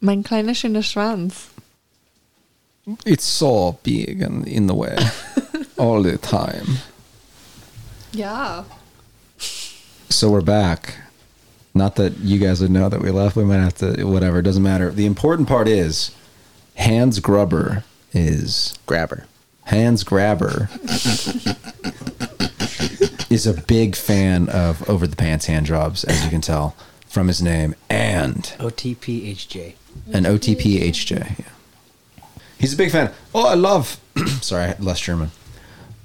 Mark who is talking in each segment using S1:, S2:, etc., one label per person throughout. S1: Mein kleiner schöner Schwanz.
S2: It's so big and in the way all the time.
S1: Ja.
S2: So we're back. Not that you guys would know that we left. We might have to, whatever. It doesn't matter. The important part is Hans Grubber is
S3: Grabber.
S2: Hans Grabber is a big fan of over the pants hand jobs, as you can tell from his name, and
S3: OTPHJ.
S2: an OTPHJ. Yeah. He's a big fan. Oh, I love. sorry, I had less German.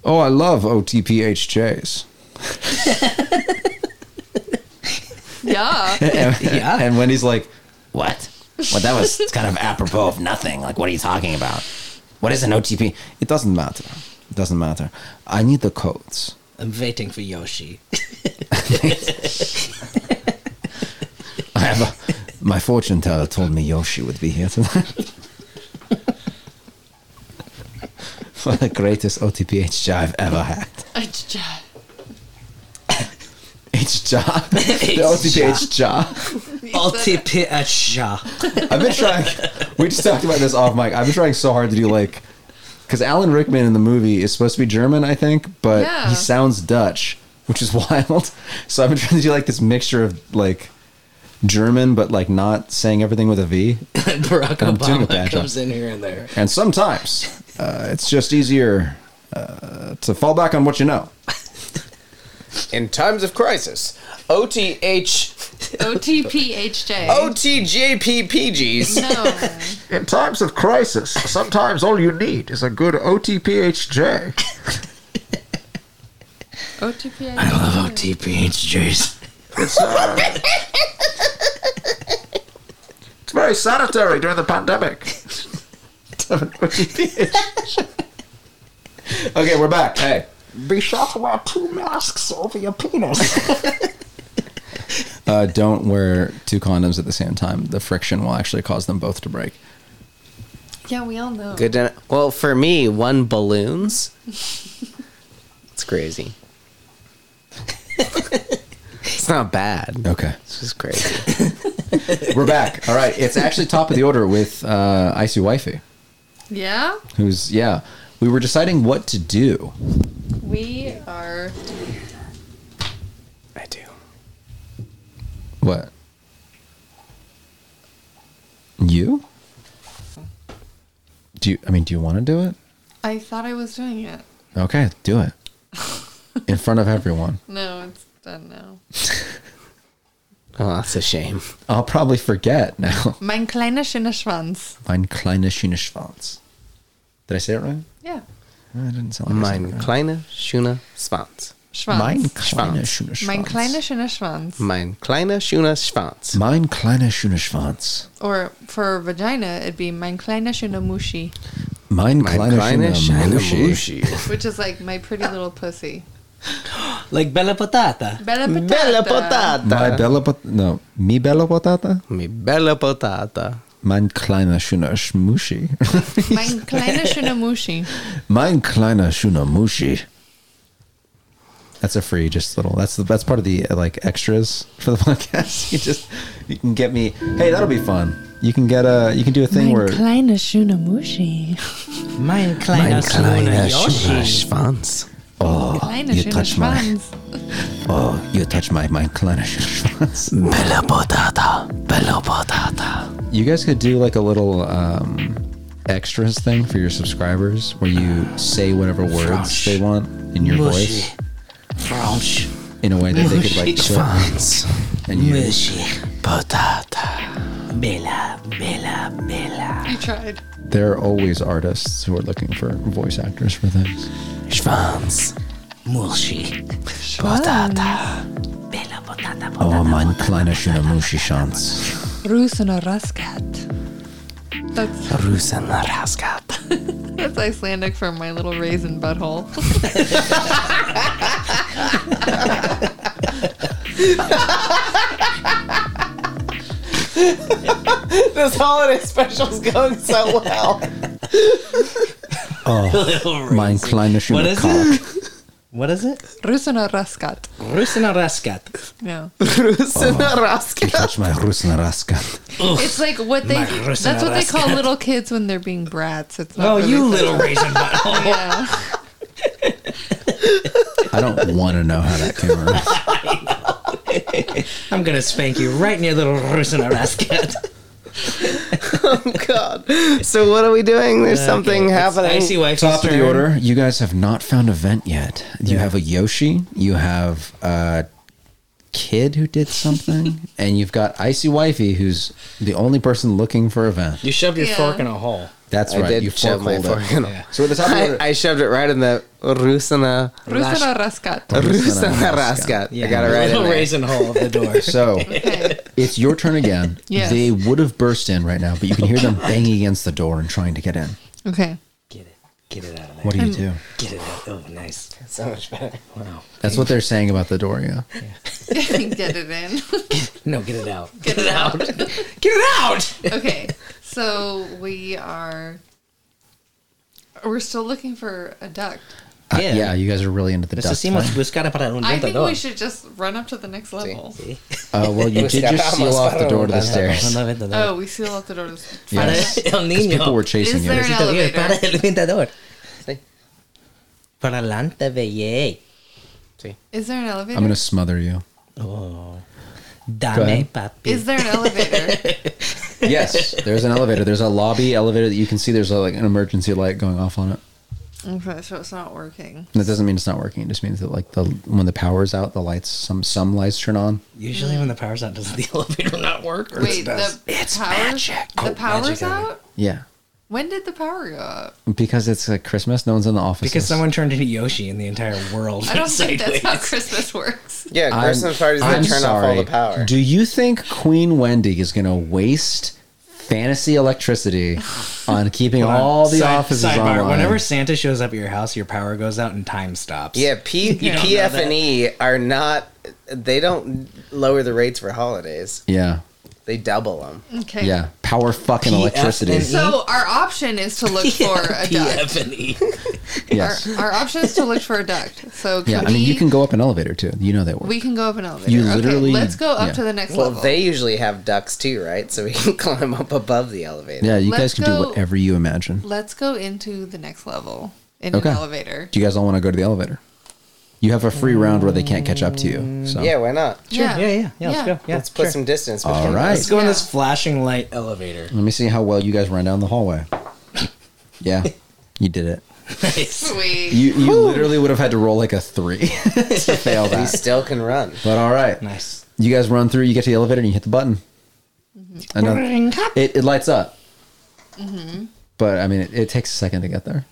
S2: Oh, I love OTPHJs.
S1: Ja.
S2: And,
S3: Yeah.
S2: and Wendy's like,
S4: What? Well, that was kind of apropos of nothing. Like, what are you talking about? What is an OTP?
S2: it doesn't matter. It doesn't matter. I need the codes.
S3: I'm waiting for Yoshi.
S2: I have a, my fortune teller told me Yoshi would be here tonight. For the greatest OTPHJ I've ever had. HJ. The OTPHJ.
S3: OTPHJ.
S2: I've been trying. We just talked about this off mic. I've been trying so hard to do like. Because Alan Rickman in the movie is supposed to be German, I think, but
S1: Yeah.
S2: he sounds Dutch, which is wild. So I've been trying to do like this mixture of like German, but like not saying everything with a V.
S3: Barack
S2: I'm doing a
S3: Obama
S2: bad job.
S3: comes in here and there.
S2: And sometimes uh, it's just easier uh, to fall back on what you know.
S5: In times of crisis, OTH,
S1: OTPHJ.
S5: OTJPPGs.
S1: No.
S2: In times of crisis, sometimes all you need is a good OTPHJ.
S1: OTPHJ.
S3: Love OTPHJs.
S2: It's very sanitary during the pandemic. okay, we're back. Hey. Be sure to wear two masks over your penis. uh, don't wear two condoms at the same time. The friction will actually cause them both to break.
S1: Yeah, we all know.
S3: Good. to- Well, for me, one balloons. It's crazy. it's not bad.
S2: Okay.
S3: It's just crazy.
S2: We're back. All right. It's actually top of the order with uh, Icy Wifey,
S1: Yeah,
S2: who's, yeah, we were deciding what to do.
S1: we are.
S3: I do.
S2: What? You? Do you, I mean, do you want to do it?
S1: I thought I was doing it.
S2: Okay, do it. In front of everyone.
S1: No, it's done now.
S3: Oh, that's a shame.
S2: I'll probably forget now.
S1: Mein kleiner schöner Schwanz.
S2: Mein kleiner schöner Schwanz. Did I say it right?
S1: Yeah,
S2: No, it didn't sound like I said
S3: Mein
S2: it right.
S3: kleiner schöner Schwanz.
S1: Schwanz.
S2: Mein
S1: Mein,
S2: kleiner
S3: Schwanz.
S2: schöner Schwanz.
S1: kleiner schöner Schwanz.
S3: Mein kleiner schöner Schwanz.
S2: Mein kleiner schöner Schwanz.
S1: Or for vagina, it'd be mein kleiner schöner Muschi,
S2: Mein
S3: Mein
S2: kleiner
S3: kleiner
S2: schöner
S3: schöner
S2: Muschi.
S3: Muschi.
S1: which is like my pretty little pussy.
S3: Like Bella Potata.
S1: Bella patata.
S3: Bella Potata.
S2: My bella pot no, mi bella potata?
S3: Mi Bella Potata.
S2: Mein kleiner schöner Schmuschi.
S1: Mein kleiner schöner Muschi.
S2: mein kleiner schöner Muschi. That's a free, just little. That's the, that's part of the uh, like extras for the podcast. You just you can get me. Hey, that'll be fun. You can get a you can do a thing
S1: Mein
S2: where
S1: kleiner schöner Muschi.
S3: Mein kleiner,
S2: kleiner schöner
S3: Schwanz.
S1: Kleiner
S2: you
S1: schöner
S2: touch my-
S1: Schwanz.
S2: oh you touch my mein kleiner Schwanz.
S3: Bella Potata. Bella Potata.
S2: You guys could do like a little um, extras thing for your subscribers where you say whatever words
S3: Frosh.
S2: they want in your voice
S3: French.
S2: in a way that they could like clip
S3: Schwanz.
S2: and use.
S3: Mushy. Potata. Bella, Bella, Bella.
S1: You tried.
S2: There are always artists who are looking for voice actors for things.
S3: Schwanz. Mushy. Potata. Bella Potata.
S2: Oh, mein kleiner schöner Muschi-Schwanz.
S1: Rusana Raskat. That's
S3: Rusen Oh, Raskat.
S1: That's Icelandic for my little raisin butthole.
S5: this holiday special's going so well.
S2: Mein kleiner schöner
S3: What is
S2: Cock.
S3: What is it?
S1: Rusana raskat.
S3: Rusina Raskat.
S1: No.
S3: Oh.
S2: You touch my rusnaraska.
S1: It's like what they
S3: My
S1: that's what they call
S3: Rusana
S1: little kids when they're being brats. It's not
S3: Oh,
S1: really
S3: you
S1: fair.
S3: little raisin butthole.
S1: Yeah.
S2: I don't want to know how that came around.
S3: I'm gonna spank you right near little Rusina Raskat.
S6: God. So what are we doing? There's something happening.
S3: I see why.
S2: Top of the order. You guys have not found a vent yet. You have a Yoshi. You have a kid who did something, and you've got icy wifey, who's the only person looking for a vent.
S3: You shoved your
S1: Yeah.
S3: fork in a hole.
S2: That's
S6: I
S2: right.
S6: did
S2: you
S6: shove my
S2: forkhold
S6: fork
S2: it.
S6: in.
S3: Yeah.
S2: So at the top of the
S6: I,
S2: order,
S6: I shoved it right in the Rusana
S1: Rusana raskat.
S6: Rusana rascat. I got it right in
S3: Little
S6: there.
S3: raisin hole of the door.
S2: so
S1: Okay.
S2: it's your turn again.
S1: Yes.
S2: They would have burst in right now, but you can hear them banging against the door and trying to get in.
S1: Okay.
S3: Get it. Get it out of there.
S2: What do
S6: Um,
S2: you do?
S3: Get it out. Oh, nice.
S6: So much better.
S3: Wow.
S2: That's what they're saying about the door. Yeah.
S1: Get it in.
S3: No, get it out.
S1: Get it out.
S3: Get it out!
S1: okay. So we are we're still looking for a duct.
S2: Uh,
S3: Yeah.
S2: yeah. You guys are really into the dust.
S3: Necesitamos buscar para un
S1: I think
S3: ventador.
S1: we should just run up to the next level.
S2: Uh, well, you did just seal off the door to the stairs.
S3: Un ventador.
S1: Oh, we seal off the doors.
S3: Para
S2: Yes.
S3: el
S2: Because
S3: niño.
S2: people were chasing
S1: Is there
S2: you.
S1: an
S3: Necesito ir para
S1: elevator?
S3: el ventador.
S6: Sí.
S3: Para adelante, belle.
S1: Is there an elevator?
S2: I'm gonna smother you. Oh. Go
S3: Dame,
S2: ahead.
S3: papi.
S1: Is there an elevator?
S2: Yes, there's an elevator. There's a lobby elevator that you can see. There's a, like an emergency light going off on it.
S1: okay, so it's not working.
S2: And that doesn't mean it's not working. It just means that like the when the power's out, the lights some some lights turn on.
S3: Usually when the power's out, doesn't the elevator not work? Or
S1: Hmm. Wait,
S3: it does?
S1: the power,
S2: Oh,
S1: The power's
S3: magic elevator.
S1: out?
S2: Yeah,
S1: When did the power go out?
S2: because it's like Christmas. No one's in the office.
S3: Because someone turned into Yoshi and the entire world
S1: I don't
S3: went
S1: think
S3: sideways.
S1: that's how Christmas works.
S6: Yeah, Christmas parties they turn off all the power.
S2: Do you think Queen Wendy is gonna waste fantasy electricity on keeping all the
S3: Side-
S2: offices
S3: sidebar,
S2: online?
S3: Whenever Santa shows up at your house, your power goes out and time stops.
S6: Yeah, P,
S3: You don't
S6: P
S3: know
S6: F and E are not. They don't lower the rates for holidays.
S2: yeah,
S6: They double them.
S1: Okay.
S2: yeah, power fucking
S3: PF
S2: electricity.
S3: and-
S1: So our option is to look for a duct.
S3: PF&E.
S2: yes.
S1: Our, our option is to look for a duct. So can
S2: Yeah,
S1: we,
S2: I mean, you can go up an elevator too. You know that works.
S1: we can go up an elevator.
S2: You
S1: okay,
S2: literally-
S1: let's go up
S2: yeah.
S1: to the next
S6: Well,
S1: level.
S6: they usually have ducks too, right? So we can climb up above the elevator.
S2: yeah, you
S1: Let's
S2: guys can
S1: go-
S2: do whatever you imagine.
S1: let's go into the next level in
S2: Okay.
S1: an elevator.
S2: Do you guys all want to go to the elevator? You have a free round where they can't catch up to you. So
S6: Yeah, why not?
S3: yeah, yeah, yeah, Let's go. Yeah,
S6: Let's put
S3: sure.
S6: some distance.
S2: All
S6: between
S2: right.
S6: us.
S3: Let's go in this
S1: Yeah.
S3: flashing light elevator.
S2: let me see how well you guys run down the hallway. Yeah, you did it.
S3: Nice.
S1: Sweet.
S2: You you literally would have had to roll like a three to fail
S6: We
S2: that.
S6: still can run.
S2: But all right,
S3: nice.
S2: you guys run through. You get to the elevator and you hit the button. And then it, it lights up. Mm-hmm. But I mean, it, it takes a second to get there.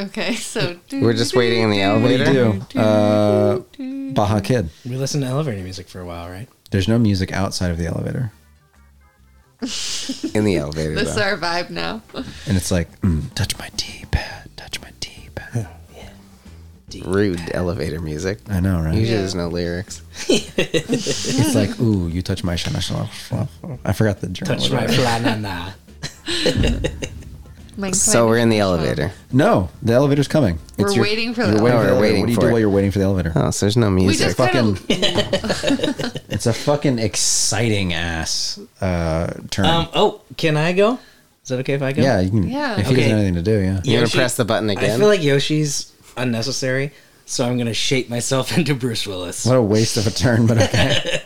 S1: okay, so
S6: We're just waiting in the
S2: What do
S6: elevator.
S2: you do? Uh, Baja Kid.
S3: We listened to elevator music for a while, right?
S2: There's no music outside of the elevator.
S6: In the elevator.
S1: This is
S6: though.
S1: our vibe now.
S2: And it's like, mm, touch my D pad, touch my D pad.
S6: Rude elevator music.
S2: I know,
S6: Usually
S2: right?
S6: there's no lyrics.
S2: It's like, ooh, you touch my shana shana. shana, shana." I forgot the German.
S3: Touch
S2: word.
S3: my banana.
S1: My
S6: So we're in the
S1: inclination.
S6: elevator.
S2: No, the elevator's coming.
S1: We're waiting for the
S2: you're
S6: elevator.
S2: Waiting for
S6: We're
S2: the elevator.
S6: waiting
S2: What do you
S6: for
S2: do
S6: it.
S2: while you're waiting for the elevator?
S6: Oh, so there's no
S1: We just
S6: music.
S1: kind of
S2: It's a fucking exciting ass uh, turn.
S3: Um. Oh, can I go? Is that okay if I go?
S2: yeah, you can.
S1: yeah.
S2: If he
S3: Okay.
S2: doesn't have anything to do, yeah.
S6: You're gonna
S3: Yoshi-
S6: press the button
S3: I
S6: again.
S3: feel like Yoshi's unnecessary, so I'm gonna shape myself into Bruce Willis.
S2: What a waste of a turn, but okay.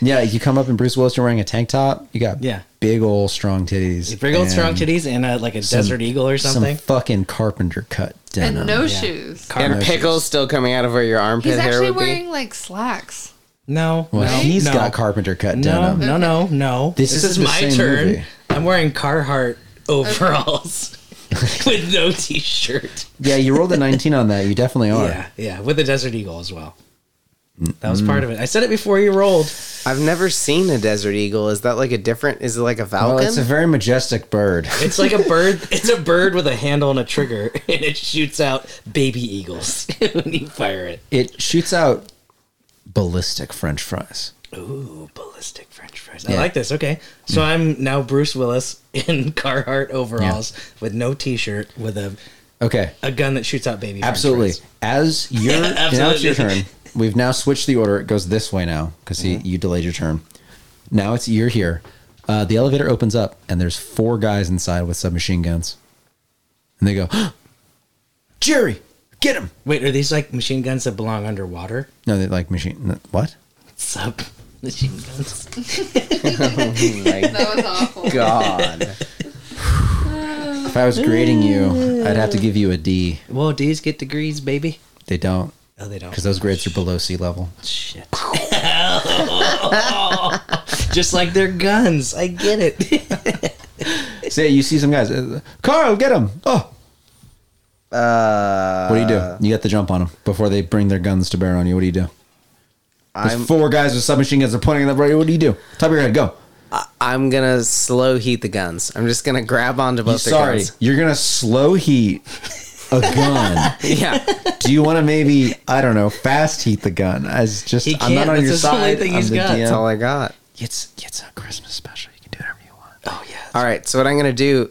S2: yeah, you come up and Bruce Willis, you're wearing a tank top. You got
S3: Yeah.
S2: big old strong titties.
S3: Big old strong
S2: and
S3: titties and a, like a
S2: some-
S3: desert eagle or something.
S2: Some fucking carpenter cut denim.
S1: and no shoes.
S6: and
S2: no
S6: pickles still coming out of where your armpit
S1: He's
S6: hair
S1: actually
S6: would
S1: wearing
S6: be.
S1: like slacks.
S3: No,
S2: Well,
S3: no,
S2: he's
S3: no.
S2: got carpenter cut
S3: No,
S2: denim.
S3: no, no, no.
S2: This
S3: This,
S2: is
S3: is,
S2: the
S3: my
S2: same
S3: turn.
S2: movie.
S3: I'm wearing Carhartt overalls with no t-shirt.
S2: Yeah, you rolled a 19 on that. You definitely are.
S3: Yeah, yeah, with a desert eagle as well.
S2: Mm-hmm.
S3: That was part of it. I said it before you rolled.
S6: I've never seen a desert eagle. Is that like a different? Is it like a
S2: Well,
S6: falcon?
S2: Oh, it's a very majestic bird.
S3: It's like a bird. It's a bird with a handle and a trigger, and it shoots out baby eagles when you fire it.
S2: It shoots out ballistic french fries.
S3: Ooh, ballistic French fries. I
S2: Yeah.
S3: like this. Okay, so I'm now Bruce Willis in Carhartt overalls with no T-shirt with a
S2: Okay.
S3: A gun that shoots out baby. french
S2: Absolutely.
S3: fries.
S2: As your
S3: Yeah,
S2: now it's your
S3: absolutely. Mm-hmm.
S2: turn. We've now switched the order. It goes this way now because you delayed your turn. Now it's you're here. Uh, the elevator opens up and there's four guys inside with submachine guns, and they go, "Jerry, get him!"
S3: Wait, are these like machine guns that belong underwater?
S2: No, they like machine. What?
S3: Sub machine guns.
S6: My
S1: That was awful.
S6: God.
S2: If I was grading you, I'd have to give you a D.
S3: Whoa, D's get degrees, baby.
S2: They don't
S3: Oh, they don't.
S2: because those grades are below sea level.
S3: Shit. Just like their guns. I get it.
S2: Say you see some guys. uh, Carl, get him! Oh,
S6: Uh,
S2: what do you do? You got the jump on them before they bring their guns to bear on you. What do you do? There's
S6: I'm
S2: four guys with submachine guns are pointing at the right. What do you do? Top of your head, go.
S6: I'm gonna slow heat the guns. I'm just gonna grab onto both their
S2: Sorry,
S6: guns.
S2: you're gonna slow heat a gun.
S6: Yeah.
S2: do you want to maybe I don't know fast heat the gun? As just
S3: He
S2: I'm not
S3: can't,
S2: on
S3: that's
S2: your
S3: his only
S2: side.
S3: thing
S2: I'm
S3: he's
S2: the
S3: got.
S2: DM.
S6: That's all I got.
S2: It's it's a Christmas special. You can do whatever you want.
S3: Oh yeah.
S6: All right. So what I'm gonna do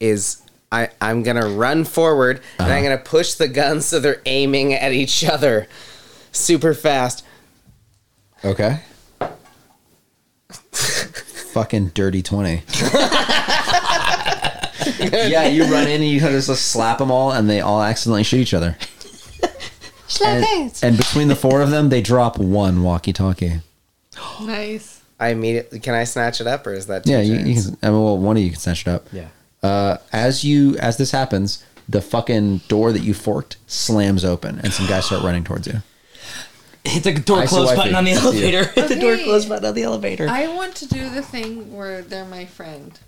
S6: is I I'm gonna run forward and
S2: Uh-huh.
S6: I'm gonna push the guns so they're aiming at each other, super fast.
S2: Okay. Fucking dirty twenty. yeah, you run in and you just slap them all, and they all accidentally shoot each other. And, and between the four of them, they drop one walkie-talkie.
S1: Nice.
S6: I immediately can I snatch it up or is that two
S2: Yeah, you, you
S6: turns?
S2: can. I mean, well, one of you can snatch it up.
S3: Yeah.
S2: Uh, as you as this happens, the fucking door that you forked slams open, and some guys start running towards you.
S3: Hit the door
S2: I see
S3: close
S2: why
S3: button
S2: they-
S3: on the
S2: yeah.
S3: elevator. Hit the door
S1: Okay.
S3: close button on the elevator.
S1: I want to do the thing where they're my friend.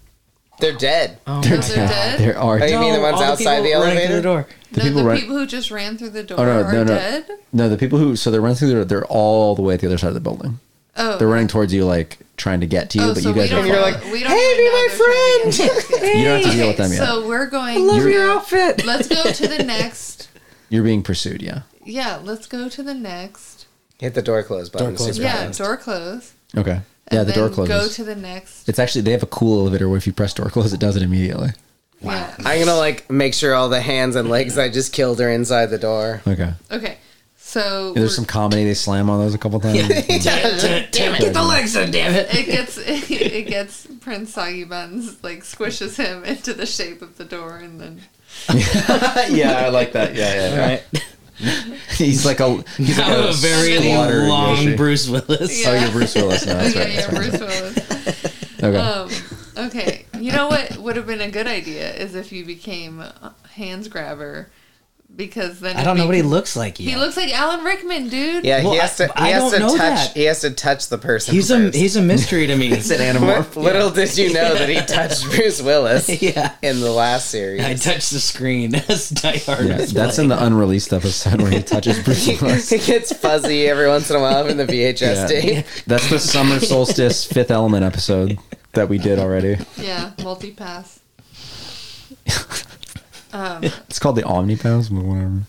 S6: They're dead.
S1: They're dead.
S2: There are
S6: Are you mean the ones
S3: all
S6: outside the
S3: people running
S6: elevator?
S3: through the door.
S2: the
S1: no,
S2: people
S1: the
S2: run-
S1: people who just ran through the door
S2: Oh no,
S1: are
S2: no, no,
S1: dead.
S2: no. The people who so they're running through the door, they're all the way at the other side of the building.
S1: Oh,
S2: They're running towards you, like trying to get to you,
S1: oh,
S2: but
S1: so
S2: you guys
S1: we
S2: are
S1: don't.
S2: fine.
S1: like, we don't hey, be my friend.
S2: you don't have to deal with them yet.
S1: So we're going. I love your outfit. Let's go to the next.
S2: You're being pursued. Yeah.
S1: Yeah, let's go to the next.
S6: Hit the door close button.
S3: Door close
S6: super
S1: Yeah,
S6: fast.
S1: door close.
S2: Okay. Yeah,
S1: and
S2: the door
S1: then Go
S2: closes.
S1: to the next.
S2: it's actually they have a cool elevator where if you press door close, it does it immediately.
S1: Yeah.
S6: I'm gonna like make sure all the hands and legs I just killed are inside the door.
S2: Okay.
S1: Okay. So
S2: Yeah,
S1: we're-
S2: there's some comedy they slam on those a couple times.
S3: Damn it. Get the legs in, damn it.
S1: it gets it, gets Prince Soggy Buns like squishes him into the shape of the door and then
S2: yeah, I like that. Yeah, yeah.
S3: All right.
S2: He's like a he's like
S3: I'm
S2: a,
S3: a very
S2: squatter
S3: long
S2: Yoshi.
S3: Bruce Willis.
S1: Yeah.
S2: Oh, you're Bruce Willis now. That's
S1: yeah,
S2: right.
S1: yeah,
S2: That's right.
S1: Bruce Willis.
S2: Okay.
S1: Um, okay, you know what would have been a good idea is if you became a hands grabber because then
S3: I
S1: it'd
S3: don't know
S1: be-
S3: what he looks like yet.
S1: He looks like Alan Rickman, dude.
S6: Yeah,
S3: Well,
S6: he has
S3: I-
S6: to. He
S3: I
S6: has
S3: don't
S6: to
S3: know
S6: touch.
S3: that.
S6: He has to touch the person.
S3: he's a
S6: first.
S3: he's a mystery to me. it's an
S6: Li- Little did you know that he touched Bruce Willis
S3: yeah.
S6: in the last series.
S3: I touched the screen. That's Die Hard.
S1: Oh.
S2: Yeah, that's in the unreleased episode where he touches Bruce Willis.
S6: It gets fuzzy every once in a while in the VHS
S2: Yeah.
S6: tape.
S2: That's the summer solstice fifth element episode that we did already.
S1: Yeah, multi pass.
S2: It's called the Omnipass, but whatever.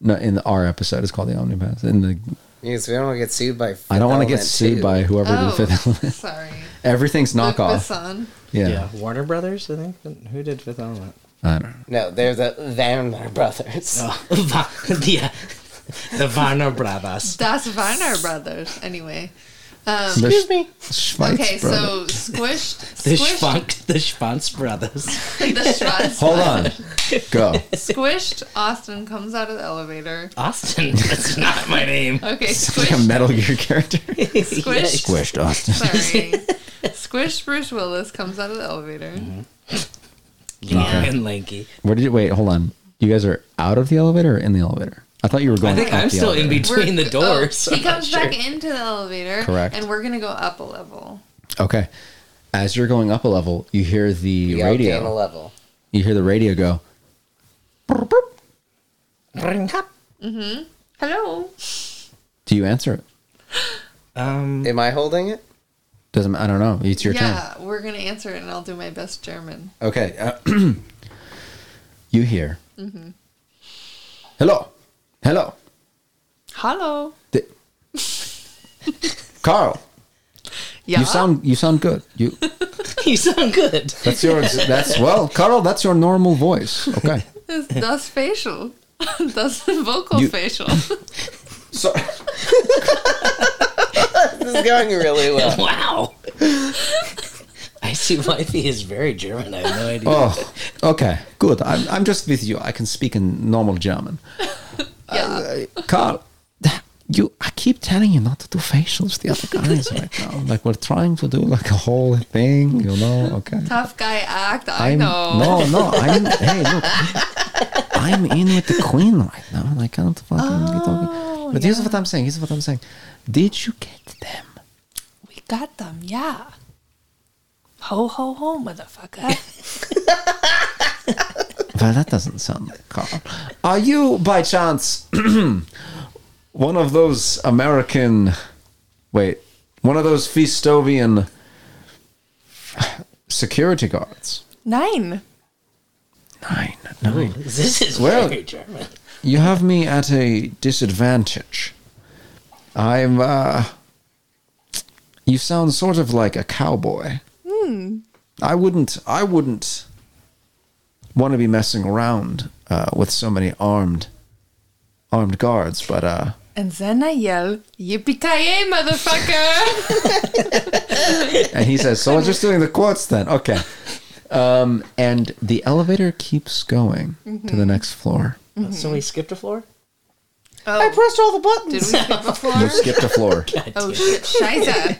S2: No, in the our episode, it's called the Omnipass. In the
S6: Yes, we don't want to get sued by.
S2: I don't want to get
S6: Element
S2: sued
S6: too.
S2: by whoever
S1: Oh,
S2: did Fifth Element.
S1: sorry.
S2: Everything's
S1: Luc
S2: knockoff.
S1: Besson.
S2: Yeah.
S3: Warner Brothers, I think. Who did Fifth Element?
S2: I don't know.
S6: No, they're the Werner brothers.
S2: Oh,
S3: Oh, yeah. The Warner Brothers.
S1: Das Weiner Brothers. Anyway. Um,
S2: Excuse me. Schweiz,
S1: okay,
S2: brother.
S1: so squished,
S3: The
S1: squished
S3: Schwunk, the Schwanz Brothers.
S1: the Schwanz-
S2: hold on. Go.
S1: Squished Austin comes out of the elevator.
S3: Austin, that's not my name.
S1: Okay,
S2: It's like a
S1: squished,
S2: Metal Gear character.
S1: squished,
S2: Squished Austin.
S1: sorry, squished Bruce Willis comes out of the elevator.
S3: Lean and lanky.
S2: Where did you wait? Hold on. You guys are out of the elevator or in the elevator? I thought you were going.
S3: I think
S2: up
S3: I'm
S2: the
S3: still in
S2: elevator.
S3: between
S1: We're-
S3: the
S1: oh,
S3: doors.
S1: he comes back into the elevator,
S2: Correct.
S1: And we're gonna go up a level.
S2: Okay. As you're going up a level, you hear the
S6: You gotta gain a
S2: radio.
S6: level.
S2: You hear the radio go.
S1: Hello.
S2: Do you answer it?
S3: Um,
S6: Am I holding it?
S2: Doesn't I don't know. It's your turn.
S1: yeah, we're gonna answer it, and I'll do my best German.
S2: Okay. uh, you hear.
S1: Mm-hmm.
S2: Hello. Hello.
S1: Hello.
S2: Th- Carl,
S1: Yeah.
S2: you sound you sound good. You
S3: you sound good.
S2: that's your that's well, Carl, that's your normal voice. Okay.
S1: It's thus facial. Thus vocal
S2: You-
S1: facial.
S2: So,
S6: This is going really well.
S3: Wow. I see Wifey is very German. I have no idea.
S2: oh, okay, good. I'm, I'm just with you. I can speak in normal German. uh,
S1: yeah.
S2: Carl, you, I keep telling you not to do facials with the other guys right now. Like we're trying to do like a whole thing, you know? Okay.
S1: Tough guy act. I
S2: I'm
S1: know.
S2: no, no. I'm hey, look. I'm in with the queen right now, and I can't fucking be
S1: Oh,
S2: talking. But here's what I'm saying. Here's what I'm saying. Did you get them?
S1: We got them. Yeah. Ho ho ho, motherfucker.
S2: Well, that doesn't sound like Carl. Are you by chance one of those American? Wait, one of those Feastovian security guards?
S1: Nine.
S2: Nine, nine.
S3: This is
S2: Well-
S3: very German.
S2: You have me at a disadvantage. I'm, uh. You sound sort of like a cowboy. I wouldn't. I wouldn't want to be messing around uh, with so many armed, armed guards. But uh,
S1: And then I yell, yippee ki motherfucker!
S2: and he says, "So we're just doing the quotes then, okay?" Um, and the elevator keeps going to the next floor.
S3: So we skipped a floor?
S1: oh, I pressed all the buttons. Did we skip a floor?
S2: You skipped a floor
S1: oh shit, Shiza.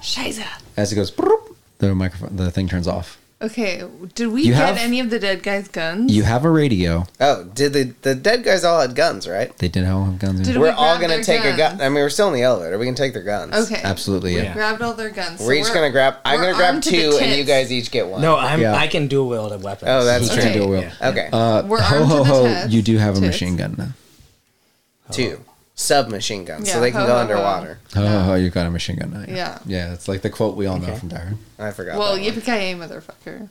S1: Shiza.
S2: as it goes. "Broop," The microphone, the thing turns off.
S1: Okay, did we
S2: You
S1: get
S2: have-
S1: any of the dead guys' guns?
S2: You have a radio.
S6: Oh, did the the dead guys all had guns, right?
S2: They did all have guns.
S1: Did
S2: in
S1: we
S6: We're all
S1: grab
S6: gonna
S1: their
S6: take a
S1: guns?
S6: gun. I mean, we're still in the elevator. We can take their guns.
S1: Okay.
S2: Absolutely, yeah.
S3: Yeah.
S1: Grabbed all their guns. So
S6: We're each gonna grab. I'm
S1: we're
S6: gonna grab
S1: armed to the
S6: two, and you
S1: tits.
S6: guys each get one.
S3: No, I'm,
S2: Yeah.
S3: I can dual wield a weapon.
S6: Oh, that's
S2: You can
S1: Okay.
S2: do a wheel.
S3: Yeah.
S6: Okay.
S2: Uh,
S1: We're
S2: ho
S1: armed to
S2: ho
S1: the
S2: ho!
S1: tits.
S2: You do have a
S1: Tits.
S2: machine gun now.
S6: two submachine guns, so
S1: Yeah,
S6: they can
S1: ho,
S6: go
S1: ho, ho.
S6: underwater.
S2: Ho ho ho! You got a machine gun now.
S1: Yeah.
S2: Yeah, it's like the quote we all know from Darren.
S6: I forgot.
S1: Well,
S6: that one.
S1: yippee ki motherfucker.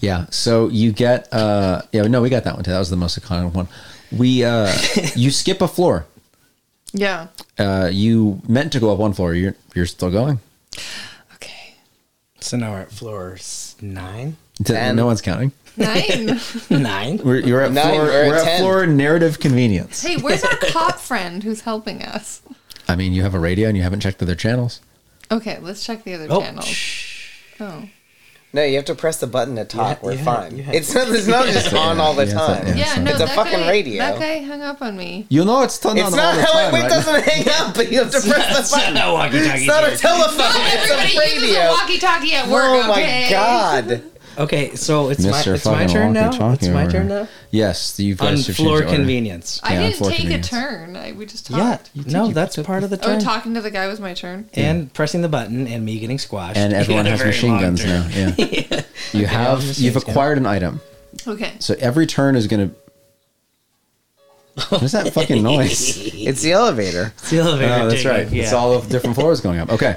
S2: Yeah. So you get uh yeah no we got that one too. That was the most iconic one. We uh you skip a floor.
S1: Yeah.
S2: Uh you meant to go up one floor. You're you're still going.
S1: Okay.
S3: So now we're at floor s- nine?
S2: T-
S6: Ten.
S2: No one's counting.
S1: Nine.
S3: Nine?
S2: We're, you're at
S6: Nine,
S2: floor.
S6: we're
S2: We're,
S6: at
S2: at
S6: ten.
S2: floor narrative convenience.
S1: hey, where's our cop friend who's helping us?
S2: I mean, you have a radio and you haven't checked other channels.
S1: Okay, let's check the other
S2: Oh,
S1: channels. Oh.
S6: no, you have to press the button to talk.
S3: Yeah,
S6: we're
S3: yeah,
S6: fine.
S3: yeah.
S6: It's not. It's not just on all the
S2: Yeah, it's
S6: time.
S2: not-
S1: Yeah,
S2: so-
S1: no,
S6: It's a
S1: that
S6: fucking
S1: guy,
S6: radio.
S1: That guy hung up on me.
S2: You know it's turned
S6: It's
S2: on
S6: not
S2: all the
S6: how
S2: time,
S6: it, it
S2: right?
S6: doesn't hang up, but you have to press the button.
S3: No walkie-talkie
S6: It's not a
S3: here.
S6: telephone.
S1: Oh, Everybody uses
S6: It's a
S1: a
S6: radio.
S1: walkie-talkie at work.
S6: Oh my
S1: okay?
S6: god!
S3: Okay, so it's my,
S2: Mr.
S3: it's my
S2: fucking
S3: turn now?
S2: walkie-talkie
S3: It's my
S2: over
S3: turn
S2: here.
S3: now?
S2: Yes, you guys
S3: On
S2: should
S3: floor
S2: change the order.
S3: convenience.
S1: I
S2: Yeah,
S1: didn't
S2: floor
S1: take a
S2: convenience.
S1: turn. I, we just
S3: Yeah,
S1: talked.
S3: no, that's part of the
S1: Oh,
S3: turn.
S1: talking to the guy was my turn.
S3: and pressing the button and me getting squashed.
S2: And everyone has machine guns now. Yeah. You have
S3: machine
S2: you've
S3: gun.
S2: acquired an item.
S1: Okay.
S2: So every turn is gonna. What is that fucking noise?
S6: It's the elevator.
S3: It's the elevator.
S2: oh, that's
S3: taking-
S2: right.
S3: Yeah.
S2: It's all of different floors going up. Okay,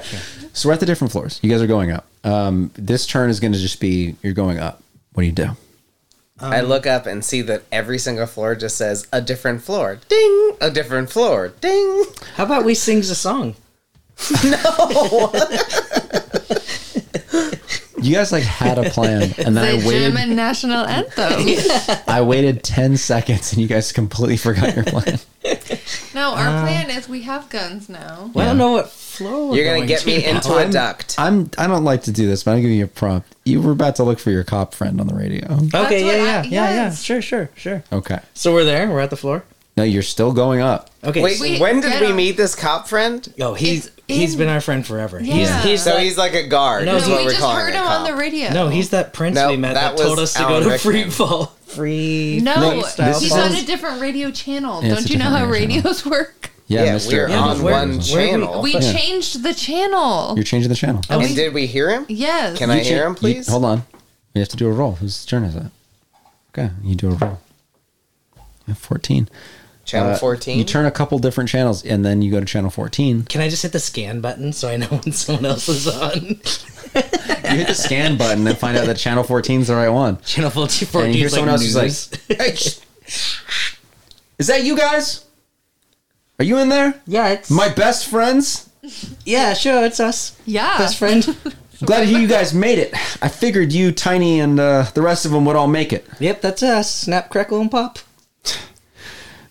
S2: so we're at the different floors. You guys are going up. Um, this turn is going to just be you're going up. What do you do?
S6: I
S3: Um,
S6: look up and see that every single floor just says a different floor. Ding! A different floor. Ding!
S3: How about we sing the song?
S2: You guys like had a plan, and then
S1: The
S2: I waited.
S1: German national anthem.
S2: I waited ten seconds, and you guys completely forgot your plan.
S1: no, our plan is we have guns now.
S3: Well, I don't know what floor. We're
S6: You're gonna
S3: going
S6: get
S3: to
S6: me
S3: now.
S6: into a duct.
S2: I'm. I don't like to do this, but I'm giving you a prompt. You were about to look for your cop friend on the radio.
S3: Okay,
S1: That's what
S3: yeah, yeah,
S1: I-
S3: yeah, yeah.
S1: yes.
S3: Sure, sure, sure.
S2: Okay.
S3: So we're there. We're at the floor.
S2: No, you're still going up.
S3: Okay.
S6: Wait,
S1: Wait,
S6: when
S1: get
S6: did we
S1: him.
S6: meet this cop friend?
S3: so- oh, he's
S1: It's
S3: he's
S1: in-
S3: been our friend forever.
S1: Yeah.
S3: He's, he's
S6: So
S3: that-
S6: he's like a guard.
S3: No,
S6: is
S1: No,
S6: what
S1: we
S6: we're
S1: just
S6: calling
S1: heard
S6: a
S1: him on
S6: cop.
S1: the radio.
S3: no, he's that prince
S6: No,
S3: we met
S6: that
S3: that,
S6: was
S3: told us to
S6: Alan
S3: go to
S6: Rickman.
S3: free fall. Free.
S1: No,
S2: this
S1: he's on
S2: sounds-
S1: a different radio channel.
S2: Yeah, it's
S1: Don't
S2: a
S1: you know how
S2: different radio
S1: radios work?
S2: Yeah, uh,
S6: Yeah,
S2: Mr.
S6: we were
S3: Yeah,
S6: on
S3: but where-
S6: one
S3: where we-
S6: channel.
S1: We changed the channel.
S2: You're changing the channel.
S3: Oh,
S6: and did we hear him?
S1: yes.
S6: Can I hear him,
S2: You-
S6: please?
S2: hold on. We have to do a roll. Whose turn is it? Okay, you do a roll. Yeah, 14.
S6: Channel
S2: Uh,
S6: 14.
S2: You turn a couple different channels and then you go to channel 14.
S3: Can I just hit the scan button so I know when someone else is on?
S2: You hit the scan button and find out that channel 14 is the right one.
S3: Channel 14
S2: And you hear
S3: is like
S2: someone else who's
S3: news.
S2: like, hey, sh- is that you guys? Are you in there?
S3: yeah, it's
S2: My best friends?
S3: yeah, sure, it's us.
S1: Yeah.
S3: Best friend.
S2: Glad you guys made it. I figured you, Tiny, and uh, the rest of them would all make it.
S3: Yep, that's us. Snap, crackle, and pop.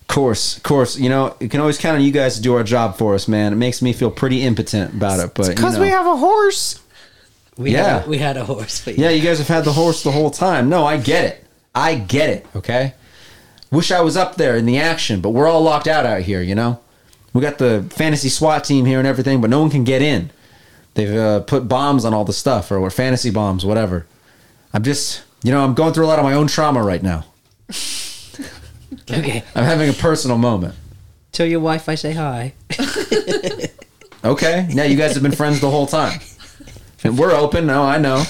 S2: Course, course. You know, you can always count on you guys to do our job for us, man. It makes me feel pretty impotent about it, but you know.
S6: a horse.
S3: We
S2: Yeah.
S3: had a, we had a horse. But
S2: Yeah, you guys have had the horse the whole time. No, I get it. I get it. Okay. Wish I was up there in the action, but we're all locked out out here. You know, we got the fantasy SWAT team here and everything, but no one can get in. They've uh, put bombs on all the stuff, or what fantasy bombs, whatever. I'm just, you know, I'm going through a lot of my own trauma right now.
S3: Okay.
S2: I'm having a personal moment.
S3: Tell your wife I say hi.
S2: Okay. Now you guys have been friends the whole time, and we're open. No, I know.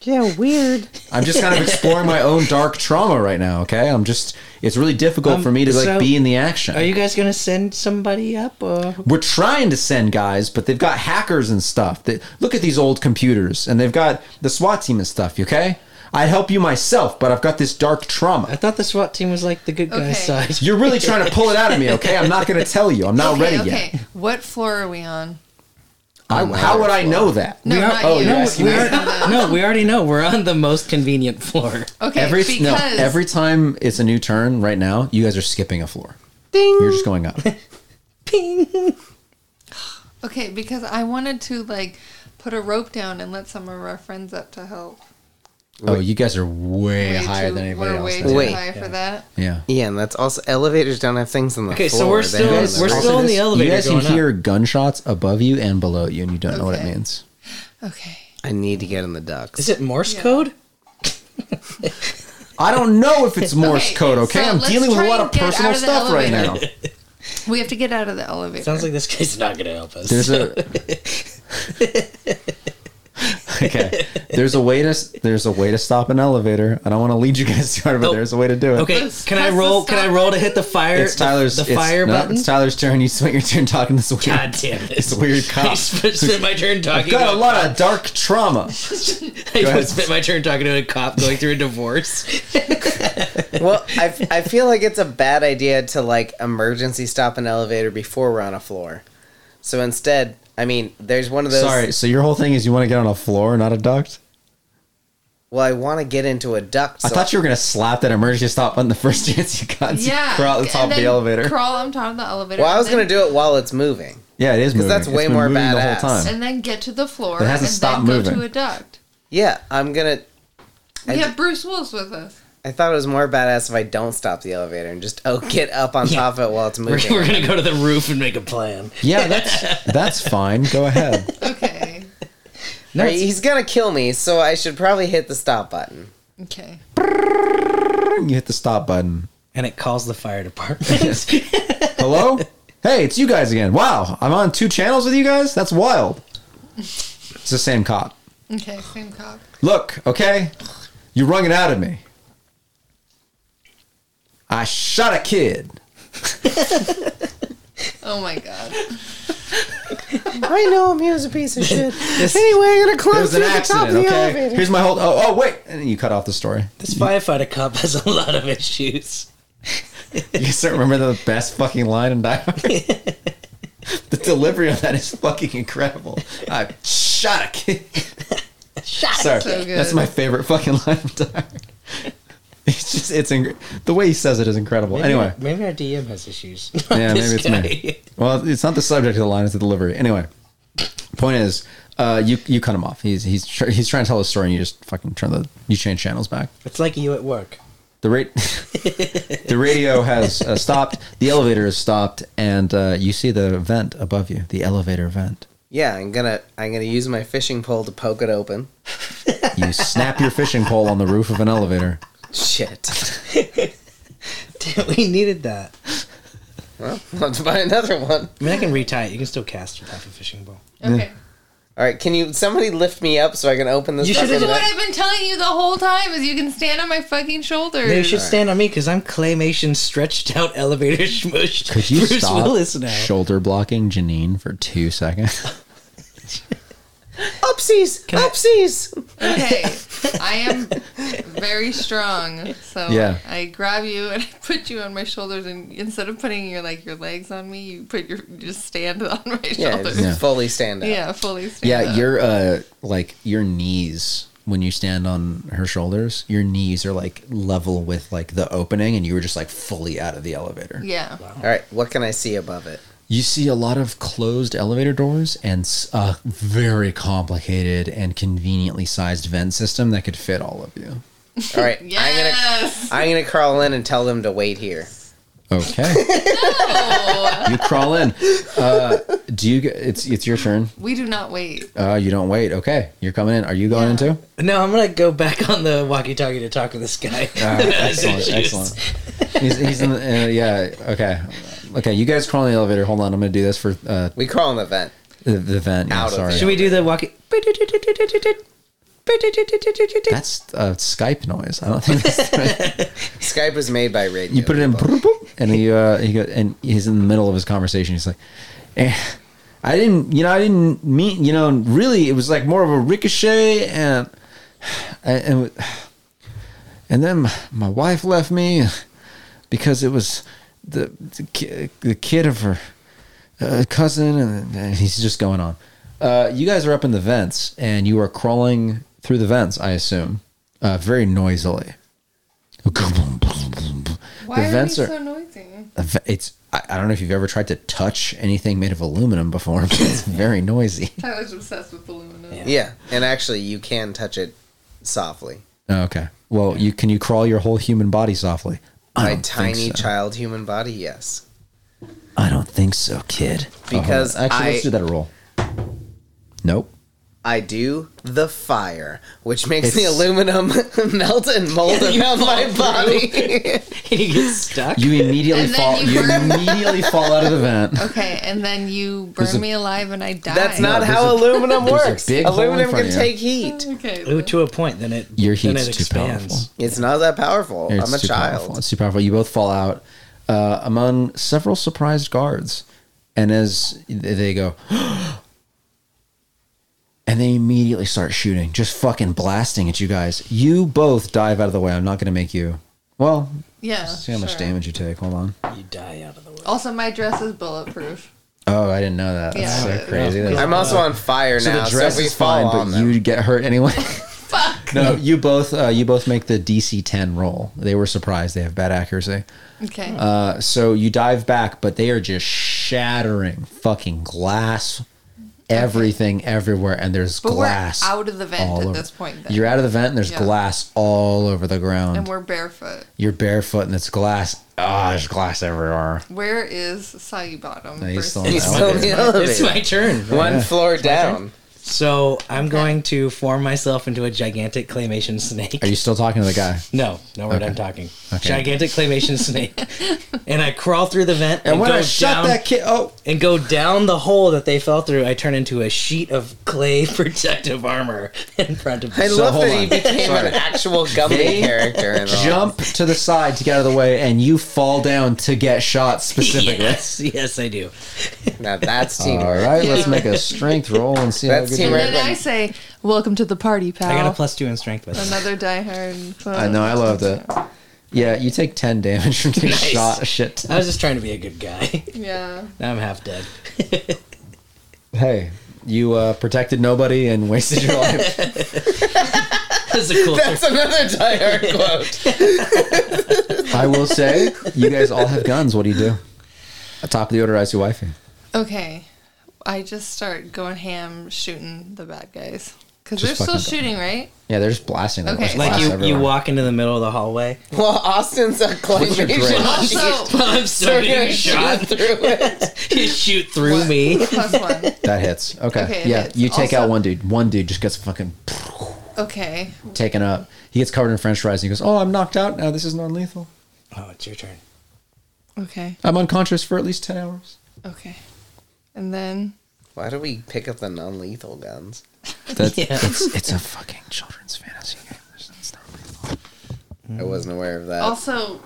S6: Yeah, weird.
S2: I'm just kind of exploring my own dark trauma right now. Okay, I'm just. It's really difficult
S3: Um,
S2: for me to like
S3: so-
S2: be in the action.
S3: Are you guys gonna send somebody up? Or?
S2: We're trying to send guys, but they've got hackers and stuff. That look at these old computers, and they've got the SWAT team and stuff. you Okay, I'd help you myself, but I've got this dark
S3: I
S2: trauma.
S3: thought the SWAT team was like the good guy
S1: Okay.
S3: side.
S2: You're really trying to pull it out of me. Okay, I'm not going to tell you. I'm not ready yet.
S1: What floor are we on?
S2: I, how would I know that?
S1: No,
S3: We are-
S1: not
S2: oh,
S1: you.
S2: you're
S3: No,
S2: asking
S3: we
S2: me?
S3: are, no, we already know we're on the most convenient floor.
S1: Okay,
S2: Every no,
S1: because
S2: every time it's a new turn. Right now, you guys are skipping a floor. You're just going up.
S1: okay, because I wanted to like put a rope down and let some of our friends up to help.
S2: Oh, you guys are way, higher
S1: too-
S2: than anybody
S1: we're
S2: else.
S1: Way
S2: then.
S1: too
S6: Wait.
S1: high for that.
S2: Yeah.
S6: Yeah, and that's also elevators don't have things on the
S3: Okay,
S6: floor.
S3: so we're
S6: They
S3: still-
S6: have
S3: we're
S6: them.
S3: still- in the elevator
S2: You guys
S3: going
S2: can
S3: up.
S2: hear gunshots above you and below you, and you don't know what it
S1: Okay.
S2: means.
S1: Okay.
S6: I need to get in the ducks.
S3: Is it Morse code?
S2: I don't know if it's Morse
S1: Okay,
S2: code. Okay,
S1: so
S2: I'm
S1: let's
S2: dealing with a
S1: try
S2: lot
S1: and
S2: of
S1: get
S2: personal
S1: out of the
S2: stuff right now.
S1: elevator. We have to get out of the elevator.
S3: Sounds like this guy's not gonna help us.
S2: There's a okay. There's a way to there's a way to stop an elevator. I don't want to lead you guys to it, but
S3: Oh.
S2: there's a way to do it.
S3: okay,
S1: Let's
S3: can I
S1: press the
S3: roll? Can I
S1: stop
S3: roll to hit the fire?
S2: It's Tyler's.
S3: The, the
S2: it's-
S3: fire
S2: no,
S3: button.
S2: It's Tyler's turn. You spent your turn talking this weird.
S3: God damn it!
S2: It's a weird
S3: I
S2: cop.
S3: sp- spent my turn talking.
S2: Got
S3: to
S2: a lot of dark trauma.
S3: I
S2: ahead.
S3: spent my turn talking to a cop going through a divorce.
S6: well, I, I feel like it's a bad idea to like emergency stop an elevator before we're on a floor. So instead, I mean, there's one of those.
S2: Sorry. So your whole thing is you want to get on a floor, not a duct.
S6: Well, I want to get into a duct. So
S2: I thought you were gonna slap that emergency stop button the first chance you got. to
S1: yeah,
S2: Crawl out the
S1: and
S2: top of the
S1: then
S2: elevator.
S1: Crawl on top of the elevator.
S6: Well, I was
S1: and
S6: gonna
S1: then-
S6: do it while it's moving.
S2: yeah, it is moving.
S6: that's
S2: It's
S6: way
S2: been
S6: more
S2: moving the whole
S6: badass.
S2: time.
S1: And then get to the floor.
S2: It hasn't
S1: and
S2: stopped
S1: then
S2: moving.
S1: Go to a duct.
S6: Yeah, I'm gonna.
S1: We
S6: I
S1: have Bruce Willis with us.
S6: I thought it was more badass if I don't stop the elevator and just oh get up on
S3: Yeah.
S6: top of it while it's
S3: We're,
S6: moving.
S3: we're gonna go to the roof and make a plan.
S2: Yeah, that's that's fine. Go ahead.
S1: Okay.
S6: All right, he's gonna kill me, so I should probably hit the stop button.
S1: okay.
S2: You hit the stop button.
S3: And it calls the fire department.
S2: Hello? Hey, it's you guys again. Wow, I'm on two channels with you guys? That's wild. It's the same cop.
S1: Okay. Same cop.
S2: Look, okay? You wrung it out of me. I shot a kid.
S1: Oh my god.
S6: I know him. He was a piece of shit. anyway, I'm gonna
S2: It
S6: climb
S2: was an accident, okay? Here's my whole oh oh wait. And then you cut off the story.
S3: this firefighter cop has a lot of issues.
S2: You guys don't remember the best fucking line in dialogue? the delivery of that is fucking incredible. I shot a kid. Shot Sorry,
S1: kid. So good.
S2: that's my favorite fucking line of dialogue. It's just, it's ing- the way he says it is incredible. anyway,
S3: maybe our DM has issues.
S2: yeah, maybe it's me. Well, it's not the subject of the line; it's the delivery. Anyway, point is, uh, you you cut him off. He's he's tr- he's trying to tell his story, and you just fucking turn the you change channels back.
S3: It's like you at work.
S2: The rate, the radio has uh, stopped. The elevator has stopped, and uh, you see the vent above you, the elevator vent.
S6: Yeah, I'm gonna I'm gonna use my fishing pole to poke it open.
S2: You snap your fishing pole on the roof of an elevator.
S6: Shit.
S3: Damn, we needed that.
S6: well, let's buy another one.
S3: I mean, I can retie it. You can still cast off a fishing bowl.
S1: Okay.
S6: All right, can you somebody lift me up so I can open this?
S3: You should've
S6: fucking
S3: done
S1: What
S6: thing?
S1: I've been telling you the whole time is you can stand on my fucking shoulders.
S3: No, you should stand on me because I'm claymation stretched out elevator smushed.
S2: Could you
S3: Bruce
S2: stop
S3: Willis now?
S2: shoulder blocking Janine for two seconds?
S6: I'll Oopsies! Oopsies!
S1: Okay, I am very strong, so
S2: Yeah.
S1: I grab you and I put you on my shoulders, and instead of putting your like your legs on me, you put your you just stand on my
S6: Yeah,
S1: shoulders.
S6: just
S1: Yeah,
S6: fully stand up.
S1: fully stand.
S2: Yeah,
S1: up.
S2: your uh, like your knees when you stand on her shoulders, your knees are like level with like the opening, and you were just like fully out of the elevator.
S1: yeah.
S6: All right, what can I see above it?
S2: You see a lot of closed elevator doors and s- a very complicated and conveniently sized vent system that could fit all of you.
S6: All right, I'm gonna
S1: Yes.
S6: I'm gonna crawl in and tell them to wait here.
S2: Okay,
S1: Oh,
S2: you crawl in. Uh, do you? Get, it's it's your turn.
S1: we do not wait.
S2: Uh, you don't wait. Okay, you're coming in. Are you going
S1: Yeah.
S2: in too?
S3: No, I'm gonna go back on the walkie-talkie to talk with this guy.
S2: excellent, excellent. He's, he's in the, uh, yeah. Okay, okay. You guys crawl in the elevator. Hold on, I'm gonna do this for uh,
S6: We crawl in the vent.
S2: the, the vent. Yeah,
S6: Out of
S2: sorry,
S6: it.
S3: Should we do the walkie?
S2: that's uh, Skype noise. I don't think that's
S6: Skype was made by radio.
S2: you put it in, boop, boop, and he uh, he go, and he's in the middle of his conversation. He's like, eh, I didn't, you know, I didn't mean, you know, really, it was like more of a ricochet, and and and then my wife left me because it was the the, ki- the kid of her uh, cousin, and, and he's just going on. Uh, you guys are up in the vents, and you are crawling through the vents, I assume, uh, very noisily.
S1: Why
S2: the
S1: are
S2: vents
S1: we
S2: are
S1: so noisy?
S2: the ve- it's I, I don't know if you've ever tried to touch anything made of aluminum before, but it's very noisy.
S1: Tyler's obsessed with aluminum.
S6: Yeah, and actually, you can touch it softly.
S2: Oh, okay. Well, you can you crawl your whole human body softly? I
S6: My
S2: don't
S6: tiny
S2: think so.
S6: child human body, yes.
S2: I don't think so, kid. Oh, hold
S6: Because
S2: on. actually, let's
S6: I-
S2: do that roll. Nope.
S6: I do the fire, which makes the
S2: It's-
S6: aluminum melt and mold
S3: you
S6: around my
S3: fall
S6: body.
S3: And he gets stuck.
S2: You immediately
S1: And then
S2: fall.
S1: you
S2: You
S1: burn-
S2: immediately fall out of the vent.
S1: Okay, and then you
S2: There's
S1: burn
S2: a-
S1: me alive and I die.
S6: That's not
S2: there's
S6: how
S2: a-
S6: aluminum
S2: there's a
S6: works.
S2: big hole in
S6: Aluminum
S2: front
S6: can
S2: of you.
S6: take heat.
S1: okay.
S3: Ooh, to a point, then it
S2: Your
S3: then
S2: heat's
S3: it
S2: too
S3: expands.
S2: powerful.
S6: It's not that powerful.
S2: It's
S6: I'm a
S2: too
S6: child.
S2: Powerful. It's too powerful. You both fall out uh, among several surprised guards, and as they they go, and they immediately start shooting, just fucking blasting at you guys. You both dive out of the way. I'm not going to make you. Well,
S1: Yeah.
S2: see how much
S1: sure.
S2: damage you take. Hold on.
S3: You die out of the way.
S1: Also, my dress is bulletproof.
S2: Oh, I didn't know that. That's
S1: Yeah.
S2: so crazy. That's-
S6: I'm also on fire
S2: so
S6: now,
S2: the dress
S6: so if we
S2: is fine,
S6: fall on
S2: but
S6: them.
S2: you get hurt anyway. Fuck. No, you both uh, you both make the DC 10 roll. They were surprised. They have bad accuracy.
S1: Okay.
S2: Uh, so you dive back, but they are just shattering fucking glass, everything everywhere, and there's
S1: but
S2: glass.
S1: we're out of the
S2: all
S1: vent at
S2: over.
S1: this point. Then.
S2: You're out of the vent, and there's
S1: Yeah.
S2: glass all over the ground.
S1: and we're barefoot.
S2: You're barefoot, and it's glass. Ah, there's glass everywhere.
S1: Where is Soggy Bottom?
S2: No, he's
S1: versus-
S2: still in the
S6: It's
S2: elevator.
S6: so
S3: It's my- It's my turn.
S6: One floor down.
S3: So I'm going to form myself into a gigantic claymation snake.
S2: Are you still talking to the guy?
S3: No, no, we're done talking. Gigantic claymation snake, and I crawl through the vent and, go down
S2: kid, oh,
S3: and go down the hole that they fell through. I turn into a sheet of clay protective armor in front of.
S6: I
S3: me.
S6: love
S2: hold
S6: that he
S2: on.
S6: became an actual Gumby character. and all.
S2: jump to the side to get out of the way, and you fall down to get shot specifically.
S3: yes, yes, I do.
S6: Now that's
S2: All
S6: teamwork.
S2: right, let's make a strength roll and see how
S6: That's
S2: good. you-
S6: teamwork.
S1: And then I say, "Welcome to the party, pal."
S3: I got a plus two in strength. By the way.
S1: Another diehard.
S2: I know, I loved it. Yeah, you take ten damage from getting
S3: Nice.
S2: shot a shit ton.
S3: I was just trying to be a good guy.
S1: Yeah.
S3: now I'm half dead.
S2: Hey, you uh, protected nobody and wasted your life.
S3: That's a cool.
S6: That's another diehard quote.
S2: I will say, you guys all have guns. What do you do? Atop of the order, I see wifey.
S1: Okay. I just start going ham shooting the bad guys because they're
S2: Just
S1: still
S2: fucking-
S1: shooting, right?
S2: Yeah, they're just blasting them.
S1: Okay.
S2: There's
S3: like
S2: glass
S3: you, you
S2: everywhere.
S3: walk into the middle of the hallway.
S6: Well, Austin's a claymation.
S2: grade?
S1: Also,
S3: I'm
S6: We're
S3: still
S6: gonna
S3: getting
S6: shoot
S3: shot.
S6: through it.
S3: You shoot through me.
S1: plus one.
S2: That hits. Okay.
S1: Okay, it
S2: yeah,
S1: hits.
S2: you take out
S1: Also-
S2: one dude. One dude just gets fucking
S1: Okay.
S2: taken up. He gets covered in french fries and he goes, Oh, I'm knocked out now. This is non lethal.
S3: Oh, it's your turn.
S1: Okay.
S2: I'm unconscious for at least 10 hours.
S1: Okay. And then
S6: Why do we pick up the non-lethal guns?
S2: That's, it's, it's a fucking children's fantasy game. It's not-
S6: I wasn't aware of that.
S1: also,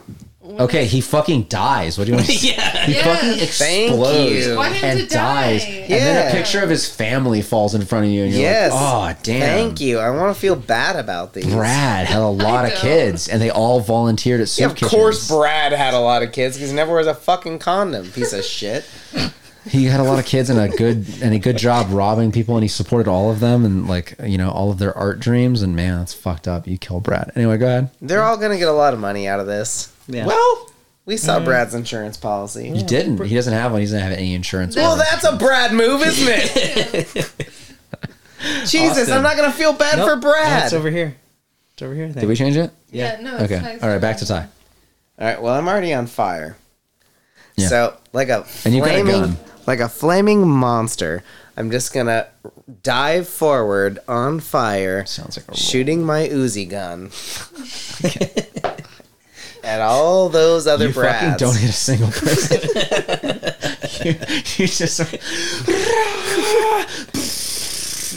S2: Okay, he fucking dies. What do you want? To
S3: yeah.
S2: He
S1: Yes.
S2: fucking
S6: Thank
S2: explodes
S6: you.
S1: Want him
S2: and
S1: to die.
S2: dies. And then
S6: Yeah.
S2: a picture of his family falls in front of you, and you're
S6: Yes.
S2: like, "Oh, damn!"
S6: Thank you. I want to feel bad about these.
S2: Brad had a lot of
S1: know.
S2: kids, and they all volunteered at soup
S6: Yeah, of
S2: kitchens.
S6: course, Brad had a lot of kids because he never wears a fucking condom. Piece of shit.
S2: he had a lot of kids and a good and a good job robbing people, and he supported all of them and like you know all of their art dreams. And man, that's fucked up. You kill Brad. Anyway, go ahead.
S6: They're all gonna get a lot of money out of this.
S3: Yeah.
S6: Well, we saw Brad's insurance policy.
S2: You didn't. He doesn't have one. He doesn't have any insurance.
S6: Well,
S2: or-
S6: that's a Brad move, isn't it? Jesus, I'm not gonna feel bad
S3: Nope.
S6: for Brad.
S3: Oh, It's over here. It's over here.
S2: Did we change it?
S1: Yeah, no, it's
S2: Okay.
S1: nice.
S2: All right. Back to Ty.
S6: All right. Well, I'm already on fire.
S2: Yeah.
S6: So like a
S2: And you got a
S6: flaming,
S2: gun.
S6: like a flaming monster, I'm just gonna dive forward on fire,
S2: Sounds like a
S6: shooting my Uzi gun at all those other
S2: You fucking
S6: Brads.
S2: don't hit a single person. you, you just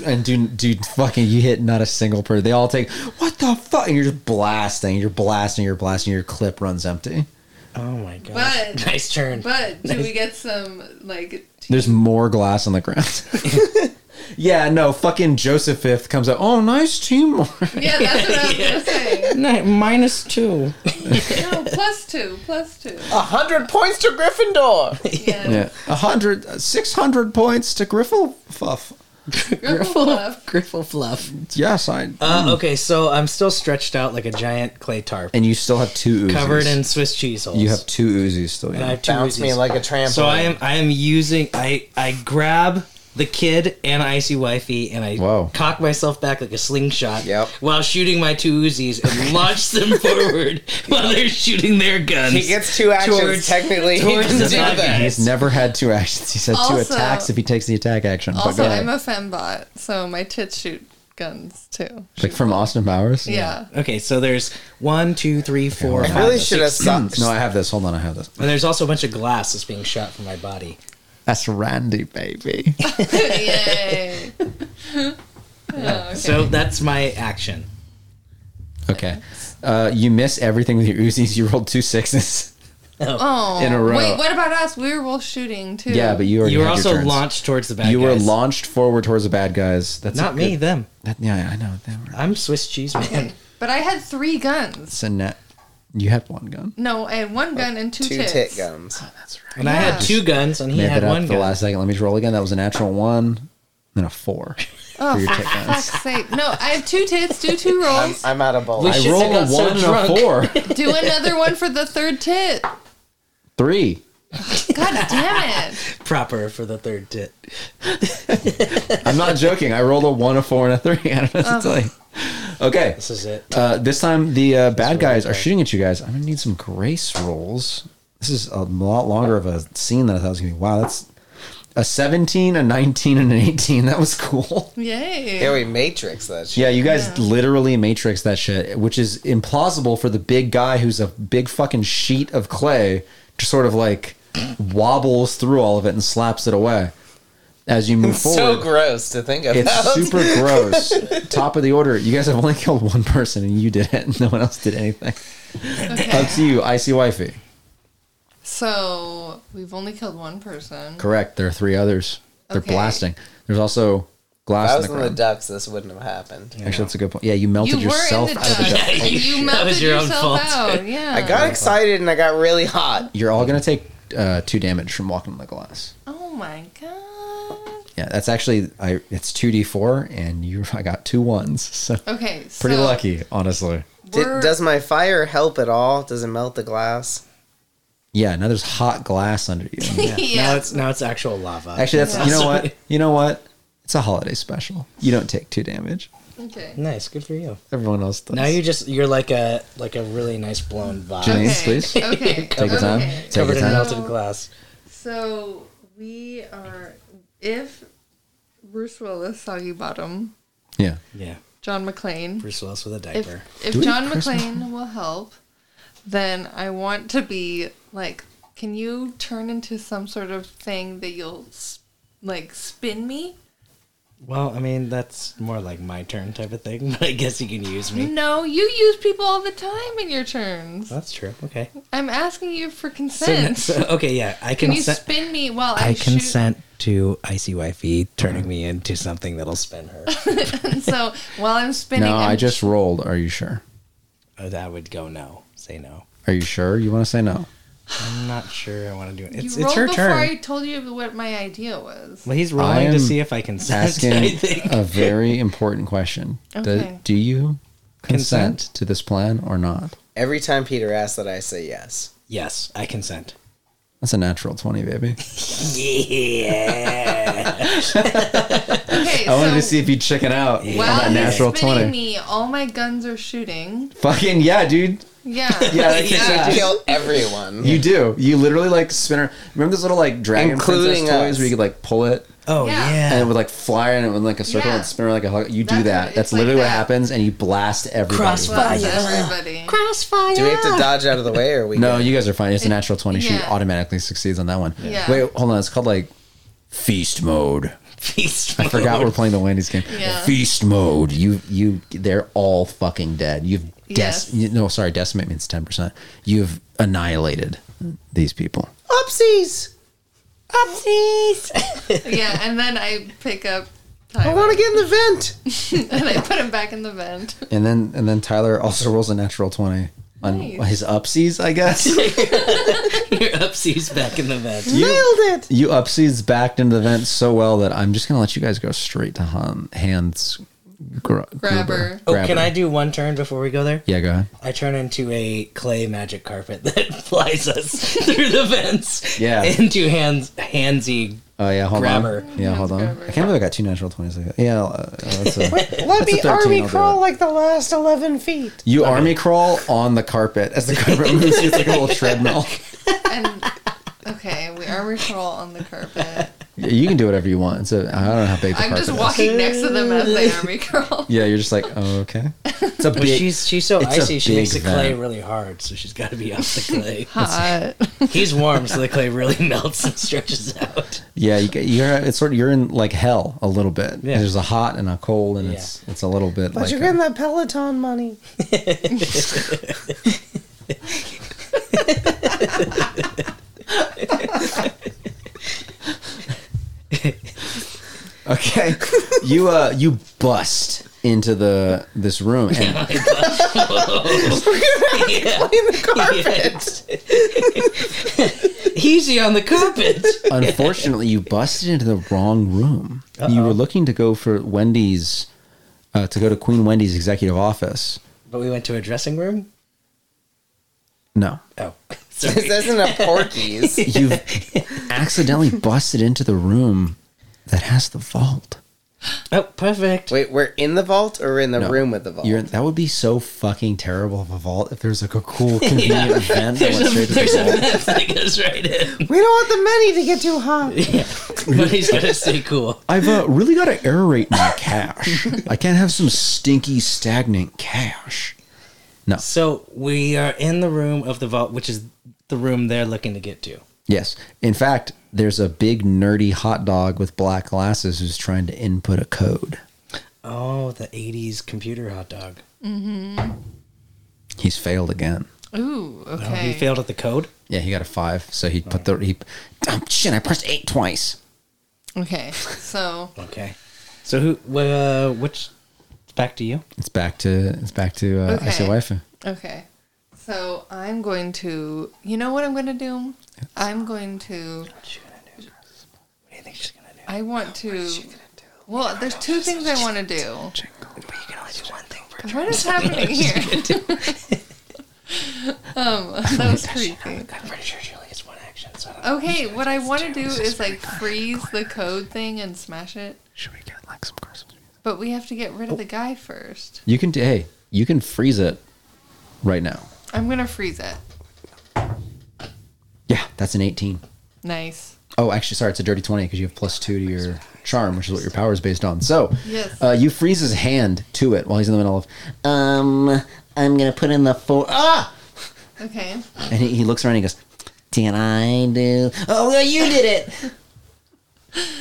S2: and do dude fucking you hit not a single person. They all take what the fuck, and you're just blasting. You're blasting. You're blasting. Your clip runs empty.
S3: Oh my god.
S1: But-
S3: nice turn.
S1: But do we get some like? T-
S2: There's more glass on the ground. yeah, no fucking Joseph Fifth comes up. Oh, nice teamwork.
S1: yeah, that's what I was gonna say.
S7: No, minus two.
S1: No, plus two, plus two.
S6: A hundred points to Gryffindor.
S1: Yeah,
S2: Yeah, a hundred, six hundred points to Grifflefuff.
S1: Grifflepuff.
S7: Griffle fluff.
S2: Yes, I.
S3: Uh, okay, so I'm still stretched out like a giant clay tarp,
S2: and you still have two Uzis.
S3: covered in Swiss cheese holes.
S2: You have two Uzis still.
S3: and I have two
S6: Bounce me
S3: Uzis.
S6: like a trampoline.
S3: So I am I am using I I grab the kid and icy wifey and I
S2: Whoa.
S3: cock myself back like a slingshot
S6: Yep.
S3: while shooting my two Uzis and launch them forward while they're shooting their guns.
S6: He gets two actions
S3: Towards-
S6: technically.
S3: towards
S6: he can
S3: the
S6: do
S3: target.
S6: that.
S2: He's never had two actions. He's had two
S1: Also-
S2: attacks if he takes the attack action. But
S1: Also,
S2: go ahead.
S1: I'm a fembot, so my tits shoot guns too.
S2: like from Austin Powers?
S1: Yeah.
S3: Okay, so there's one, two, three, four,
S6: I
S3: five,
S6: really
S3: six-
S6: should have stopped.
S2: No, I have this. Hold on, I have this.
S3: And there's also a bunch of glass that's being shot from my body.
S2: That's Randy, baby.
S1: Yay. Oh, okay.
S3: So that's my action.
S2: okay. Uh, you miss everything with your Uzis. You rolled two sixes.
S1: oh.
S2: in a row.
S1: Wait, what about us? We were both shooting too.
S2: Yeah, but you already
S3: You were
S2: had
S3: also
S2: your turns.
S3: launched towards the bad
S2: You
S3: guys.
S2: were launched forward towards the bad guys. That's
S3: Not
S2: a
S3: me,
S2: good-
S3: them.
S2: That, yeah, I know. They were-
S3: I'm Swiss cheese man.
S1: But I had three guns.
S2: It's a net. You had one gun.
S1: No, I had one gun and two,
S6: Oh, Two
S1: tits.
S6: tit gums.
S2: That's right.
S3: And I had two guns and he
S2: Made
S3: had
S2: that up
S3: one
S2: for the
S3: gun.
S2: last second. Let me just roll again. That was a natural one, then a four.
S1: Oh,
S2: for your
S1: for
S2: tit guns.
S1: fuck's sake. No, I have two tits, do two
S6: I'm,
S1: rolls.
S6: I'm out of
S3: We
S6: bullets.
S2: I
S3: shouldn't
S2: roll
S3: have
S2: a
S3: got so
S2: one
S3: drunk.
S2: and a four.
S1: Do another one for the third tit.
S2: Three.
S1: God damn it.
S3: proper for the third tit.
S2: I'm not joking. I rolled a one, a four, and a three. I don't know what to tell you. Okay.
S3: This is it.
S2: Uh, this time the uh, bad guys are shooting at you guys. I'm gonna need some grace rolls. This is a lot longer of a scene than I thought it was gonna be. Wow, that's a 17, a 19, and an 18. That was cool.
S1: Yay.
S6: Yeah, we matrix that shit.
S2: Yeah, you guys literally matrix that shit, which is implausible for the big guy who's a big fucking sheet of clay, just sort of like wobbles through all of it and slaps it away as you move forward.
S6: So gross to think about.
S2: It's super gross. Top of the order. You guys have only killed one person, and you did it. No one else did anything. Up to you, icy wifey.
S1: So we've only killed one person.
S2: Correct. There are three others. They're
S1: Okay.
S2: blasting. There's also glass
S6: I
S2: in
S6: was
S2: the
S6: in the
S2: ground.
S6: ducks. This wouldn't have happened.
S2: Actually, that's a good point. Yeah, you melted
S1: You
S2: yourself
S1: were in the
S2: out of the
S1: duck,
S2: duck.
S1: and you melted
S3: That was your own
S1: yourself
S3: fault.
S1: out. Yeah.
S6: I got excited and I got really hot.
S2: You're all gonna take uh, two damage from walking on the glass.
S1: Oh my god.
S2: Yeah, that's actually I. It's two d four, and you. I got two ones, so
S1: Okay. So
S2: pretty lucky, honestly.
S6: Did,
S1: we're-
S6: does my fire help at all? Does it melt the glass?
S2: Yeah, now there's hot glass under you.
S1: yeah.
S3: Now it's now it's actual lava.
S2: Actually, that's you know
S3: Yeah.
S2: what you know what. It's a holiday special. You don't take two damage.
S1: okay.
S3: nice, good for you.
S2: Everyone else does.
S3: Now you're just you're like a like a really nice blown box
S2: Janine,
S1: Okay.
S2: please
S1: Okay.
S2: take your time.
S1: okay.
S2: Take your
S3: covered in
S2: time.
S3: melted glass.
S1: So we are. If Bruce Willis, Soggy Bottom,
S2: Yeah.
S3: Yeah,
S1: John McClane,
S3: Bruce Willis with a diaper.
S1: if, if
S2: Do we
S1: John
S2: have Chris
S1: McClane will help, then I want to be like, can you turn into some sort of thing that you'll s- like spin me?
S3: Well, I mean, that's more like my turn type of thing, but I guess you can use me.
S1: No, you use people all the time in your turns.
S3: That's true. Okay.
S1: I'm asking you for
S3: So n-
S1: consent.
S3: so- okay, yeah, I
S1: Can you
S3: consent.
S1: spin me while I,
S3: I
S1: shoot?
S3: consent to ICYF turning me into something that'll spin her.
S1: So while I'm spinning,
S2: No,
S1: I'm
S2: I just rolled. Are you sure?
S3: oh, that would go no. Say no.
S2: Are you sure you want to say no?
S3: I'm not sure I want to do it.
S1: You
S3: It's,
S1: rolled
S3: it's her
S1: before
S3: turn.
S1: I told you what my idea was.
S3: Well, he's
S2: I
S3: rolling
S2: am
S3: to see if I consent. I
S2: Asking
S3: think.
S2: a very important question. Do-
S1: Okay.
S2: Do, you consent,
S3: Consent.
S2: to this plan or not?
S6: Every time Peter asks that, I say yes.
S3: yes, I consent.
S2: That's a natural 20, baby.
S1: Okay,
S2: I wanted
S1: so
S2: to see if you'd check it out.
S1: while
S2: on that
S1: you're
S2: natural
S1: spinning
S2: 20.
S1: me, all my guns are shooting.
S2: Fucking yeah, dude.
S1: Yeah.
S2: Yeah, that's
S6: I
S2: exactly.
S6: kill everyone.
S2: You do. You literally like spinner. Remember those little like dragon
S6: Including
S2: princess toys
S6: us.
S2: where you could like pull it
S3: Oh
S1: Yeah.
S2: and it
S3: yeah.
S2: would like fly and it would like a circle
S1: Yeah.
S2: and spin around like a hug. You do
S1: That's
S2: that.
S1: what-
S2: That's
S1: it's like
S2: literally what
S1: that.
S2: happens, and you blast everybody.
S7: Crossfire.
S1: Blast
S7: Fire.
S1: everybody.
S7: Crossfire.
S6: Do we have to dodge out of the way, or are we?
S2: No,
S6: good?
S2: you guys are fine. It's a natural twenty. She
S1: yeah.
S2: automatically succeeds on that one.
S1: Yeah.
S2: Wait, hold on. It's called like feast mode.
S3: Feast
S2: I forgot we're playing the Wendy's game.
S1: Yeah.
S2: Feast mode. You you they're all fucking dead. You've des-
S1: Yes.
S2: you- no sorry decimate means ten percent. You've annihilated these people.
S6: Upsies!
S1: Yeah, and then I pick up
S6: I
S1: Tyler
S6: want to get in the vent.
S1: and I put him back in the vent.
S2: And then and then Tyler also rolls a natural twenty on
S1: Nice.
S2: his upsies, I guess.
S3: Your upsies back in the vent.
S6: Nailed it.
S2: you upseeds backed into the vent so well that I'm just gonna let you guys go straight to hum, hands gr-
S1: Grabber.
S3: Oh, can I do one turn before we go there?
S2: Yeah, go ahead.
S3: I turn into a clay magic carpet that flies us through the vents.
S2: Yeah.
S3: Into hands handsy.
S2: Oh yeah, hold
S3: Grabber.
S2: on. Yeah, hold on.
S1: grabber.
S2: I can't believe I got two natural twenties like that. Yeah, uh, that's a,
S6: Let
S2: That's a
S6: me
S2: 13, I'll
S6: army
S2: do
S6: crawl
S2: it.
S6: like the last 11 feet.
S2: you army crawl on the carpet as the carpet moves. It's like a little treadmill.
S1: And okay, we are recrawl on the carpet.
S2: Yeah, you can do whatever you want. So I don't know how big the
S1: I'm
S2: carpet
S1: just
S2: is.
S1: walking next to them as they army crawl.
S2: Yeah, you're just like, oh, okay. It's a
S3: But
S2: big.
S3: she's she's so
S2: it's a
S3: icy she makes the
S2: big
S3: clay
S2: vent.
S3: really hard, so she's gotta be off the clay.
S1: Hot.
S3: He's warm, so the clay really melts and stretches out.
S2: Yeah, you, get- you're it's sort of you're in like hell a little bit.
S3: Yeah.
S2: There's a hot and a cold, and it's it's a little bit
S6: But
S2: like
S6: you're
S2: a-
S6: getting that Peloton money.
S2: Okay. you uh you bust into the this room and
S3: Easy on the carpet.
S2: unfortunately you busted into the wrong room. You were looking to go for Wendy's uh, to go to Queen Wendy's executive office.
S3: but we went to a dressing room?
S2: No.
S3: Oh.
S6: This
S3: Sorry.
S6: isn't a Porky's.
S2: You've accidentally busted into the room that has the vault.
S3: Oh, perfect.
S6: Wait, we're in the vault or we're in the
S2: No.
S6: room with the vault?
S2: You're, that would be so fucking terrible of a vault if there's like a cool convenient vent that
S3: There's
S2: went
S3: a,
S2: straight to the
S3: there's a
S2: vault.
S3: vent that goes right in.
S6: we don't want the money to get too hot.
S3: But he's gonna stay cool.
S2: I've uh, really got to aerate my cash. I can't have some stinky, stagnant cash.
S3: So we are in the room of the vault, which is the room they're looking to get to.
S2: Yes. In fact, there's a big, nerdy hot dog with black glasses who's trying to input a code.
S3: Oh, the '80s computer hot dog.
S2: He's failed again.
S1: Ooh,
S3: Oh,
S1: okay.
S3: he failed at the code.
S2: Yeah, he got a five, so he put the he. Oh, shit! I pressed eight twice.
S1: Okay, so
S3: Okay. So who? wh- Uh, which? Back to you.
S2: It's back to it's back to uh,
S1: Okay.
S2: I say wife.
S1: okay, so I'm going to. You know what I'm going to do? I'm going to.
S3: What do you think she's gonna do?
S1: I want to. Well, there's two things I want to do.
S3: But you can only do one thing. For
S1: What is happening here? um, that was creepy.
S3: I'm pretty sure she only gets one action. So I don't
S1: Okay, what I want to do is like freeze the code thing and smash it.
S2: Should we get like some Christmas?
S1: But we have to get rid of
S3: Oh.
S1: the guy first.
S2: You can do- hey, you can freeze it right now.
S1: I'm gonna freeze it.
S2: Yeah, that's an eighteen.
S1: Nice.
S2: Oh, actually, sorry, it's a dirty 20 because you have plus two to your charm, which is what your power is based on. So,
S1: Yes.
S2: uh, you freeze his hand to it while he's in the middle of,
S4: Um, I'm gonna put in the four. Ah!
S1: Okay.
S2: and he, he looks around and he goes,
S4: Did I do? Oh, well, you did it.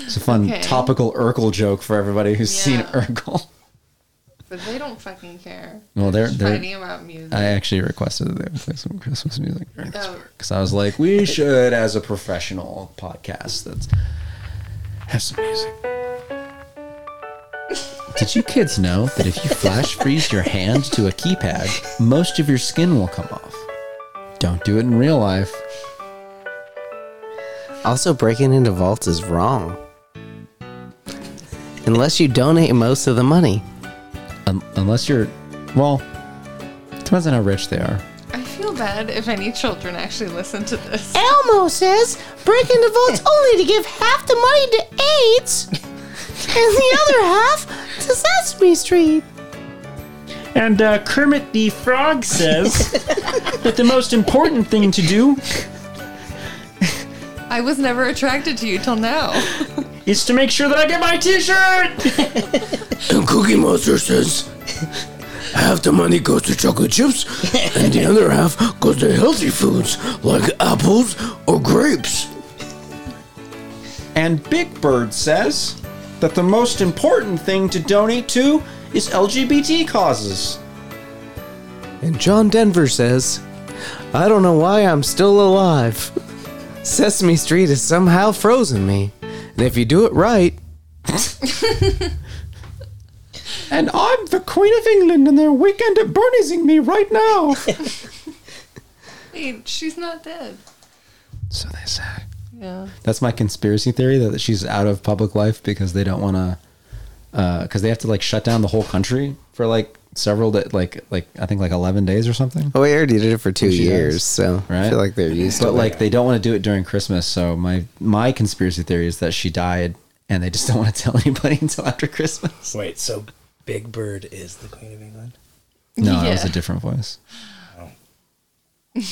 S2: It's a fun
S1: Okay.
S2: topical Urkel joke for everybody who's seen
S1: Yeah.
S2: Urkel.
S1: But they don't fucking care.
S2: Well, they're-
S1: just
S2: they're-
S1: fighting about music.
S2: I actually requested that they play some Christmas music during this
S1: Oh.
S2: because I was like, we should, as a professional podcast, that's have some music. Did you kids know that if you flash freeze your hand to a keypad, most of your skin will come off? Don't do it in real life.
S6: Also, breaking into vaults is wrong. Unless you donate most of the money.
S2: Un- unless you're, well, depends on how rich they are.
S1: I feel bad if any children actually listen to this.
S8: Elmo says breaking the votes only to give half the money to AIDS and the other half to Sesame Street.
S9: And uh, Kermit the Frog says that the most important thing to do
S1: I was never attracted to you till now.
S9: is to make sure that I get my T-shirt.
S10: And Cookie Monster says half the money goes to chocolate chips and the other half goes to healthy foods like apples or grapes.
S2: And Big Bird says that the most important thing to donate to is LGBT causes.
S6: And John Denver says, I don't know why I'm still alive. Sesame Street has somehow frozen me. And if you do it right,
S2: And I'm the Queen of England, and they're weekend at Bernie'sing me right now.
S1: Wait, she's not dead.
S2: so they say.
S1: Yeah.
S2: That's my conspiracy theory that she's out of public life because they don't want to, because they have to like shut down the whole country for like several that like like I think like eleven days or something.
S6: oh, we already did it for two
S2: She
S6: years,
S2: does.
S6: so I
S2: Right.
S6: feel like they're used to
S2: But
S6: it.
S2: like they don't want to do it during Christmas. So my my conspiracy theory is that she died, and they just don't want to tell anybody until after Christmas.
S3: Wait, so Big Bird is the Queen of England?
S2: No, that was a
S1: Yeah.
S2: different voice.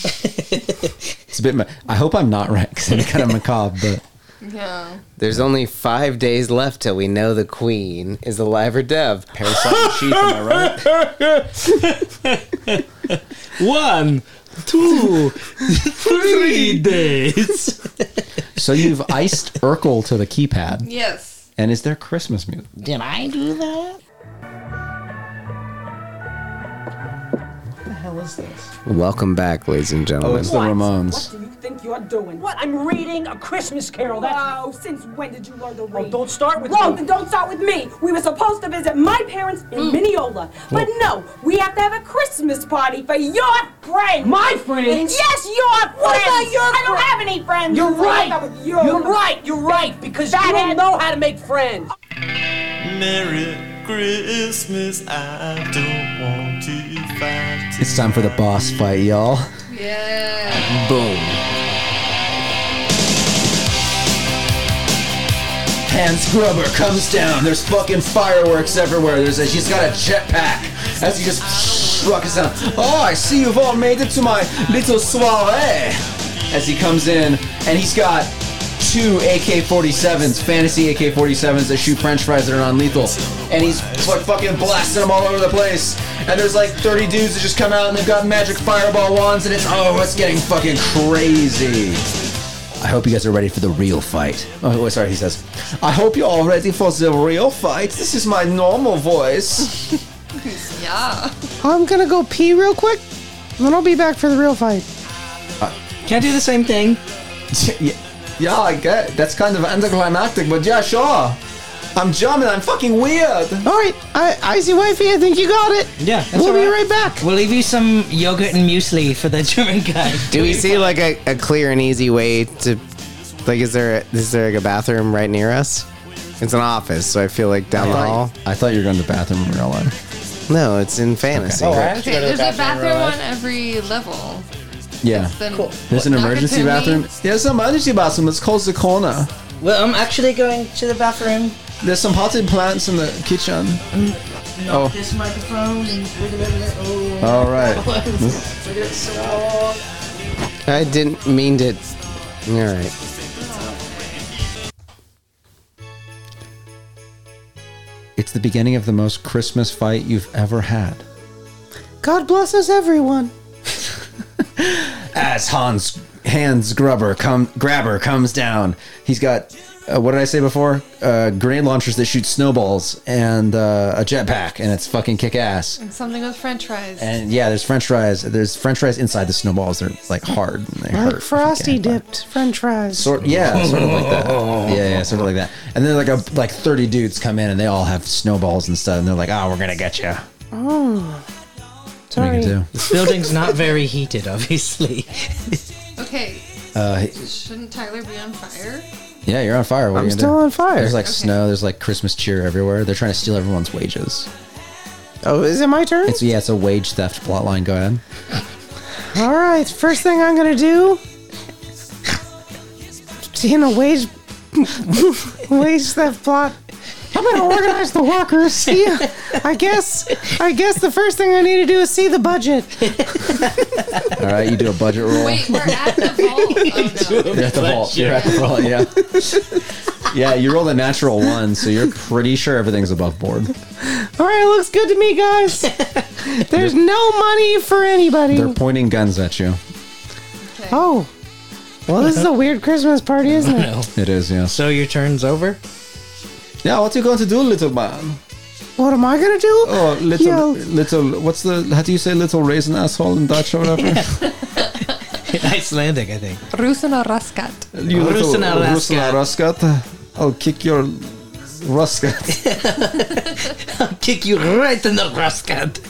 S2: it's a bit. Ma- I hope I'm not right because it's kind of macabre. But
S1: Yeah.
S6: There's only five days left till we know the queen is alive or dead.
S2: parasite sheep, am I right?
S3: One, two, three days.
S2: So you've iced Urkel to the keypad,
S1: Yes.
S2: and is there Christmas music?
S8: Did I do that?
S6: Welcome back, ladies and
S2: Oh,
S6: gentlemen.
S2: it's the Ramones.
S11: you think you're doing?
S8: What? I'm reading a Christmas Carol. That's Oh,
S11: Oh, since when did you learn to read?
S8: don't start with
S11: Well,
S8: me. Mm.
S11: then don't start with me. We were supposed to visit my parents in Mineola, but no, we have to have a Christmas party for your friends.
S8: My friends?
S11: Yes, your friends.
S8: What about your
S11: I don't
S8: friends?
S11: have any friends.
S8: You're
S11: So I got
S8: right.
S11: with you.
S8: You're right. You're right because you
S11: Fathead.
S8: don't know how to make friends.
S10: Merry Christmas, I don't want to fight.
S2: It's time for the boss fight, y'all.
S1: Yeah.
S2: Hand scrubber comes down. There's fucking fireworks everywhere. There's a, he's got a jetpack as he just rockets down. Oh, I see you've all made it to my little soiree. As he comes in, and he's got two AK-47s, fantasy AK-47s that shoot French fries that are non-lethal, and he's like fucking blasting them all over the place. And there's like 30 dudes that just come out and they've got magic fireball wands, and it's oh, it's getting fucking crazy. I hope you guys are ready for the real fight. Oh, wait, sorry, he says. I hope you're all ready for the real fight. This is my normal voice.
S1: Yeah.
S6: I'm gonna go pee real quick, and then I'll be back for the real fight.
S7: Can I do the same thing?
S2: yeah, yeah, I get That's kind of anticlimactic, but yeah, sure. I'm German, I'm fucking weird.
S6: All right, I, Icy Wifey, I think you got it.
S7: Yeah, that's
S6: we'll be
S7: all
S6: right back.
S7: We'll leave you some yogurt and muesli for the German guy.
S6: Do we see like a, a clear and easy way to like is there a, is there like a bathroom right near us? It's an office, so I feel like down the hall.
S2: I thought you were going to the bathroom in real life.
S6: No, it's in fantasy.
S1: Okay, there's a bathroom on every level.
S2: Yeah.
S1: Then
S2: There's an
S1: Knock it
S2: emergency
S1: to me.
S2: bathroom. There's an emergency bathroom. It's called the corner.
S7: Well, I'm actually going to the bathroom.
S2: There's some potted plants in the kitchen. Oh.
S7: This microphone and oh.
S2: All right.
S6: I didn't mean to. All right.
S2: It's the beginning of the most Christmas fight you've ever had.
S6: God bless us, everyone.
S2: as Hans Hans Grubber come Grabber comes down. He's got uh, what did I say before? Uh, grenade launchers that shoot snowballs and uh, a jetpack, and it's fucking kick ass.
S1: And something with French fries.
S2: And yeah, there's French fries. There's French fries inside the snowballs. They're like hard. And they
S8: Like
S2: hurt.
S8: frosty dipped French fries.
S2: Sort yeah, sort of like that. Yeah, yeah, sort of like that. And then like a like thirty dudes come in and they all have snowballs and stuff, and they're like, "Oh, we're gonna get you."
S8: Oh.
S2: What are
S3: Sorry.
S2: you gonna
S3: This building's not very heated, obviously.
S1: Okay,
S2: Uh,
S1: shouldn't Tyler be on fire?
S2: yeah, you're on fire. What are
S6: I'm
S2: you gonna
S6: still
S2: do?
S6: on fire.
S2: There's like
S6: Okay.
S2: snow. There's like Christmas cheer everywhere. They're trying to steal everyone's wages.
S6: Oh, is it my turn?
S2: It's yeah, it's a wage theft plotline. Go ahead.
S8: All right, first thing I'm gonna do, in a wage wage theft plot, I'm gonna organize the workers. See, I guess I guess the first thing I need to do is see the budget.
S2: All right, you do a budget roll.
S1: Wait, we're at the vault. Oh, no.
S2: You're at the vault. You're at the vault. Yeah. Yeah, you rolled a natural one, so you're pretty sure everything's above board.
S8: All right, looks good to me, guys. There's no money for anybody.
S2: They're pointing guns at you.
S8: Oh, well, this is a weird Christmas party, isn't it?
S2: It is, yes.
S3: So your turn's over?
S2: Yeah, what you going to do, little man?
S8: What am I gonna do?
S2: Oh, little,
S8: Yo.
S2: little. What's the? How do you say, little raisin asshole in Dutch or whatever?
S3: Icelandic, I think.
S1: Rusana Raskat.
S2: you little
S3: Rusana
S2: Rusana
S3: rascat.
S2: rascat. I'll kick your ruscat.
S3: I'll kick you right in the rascat.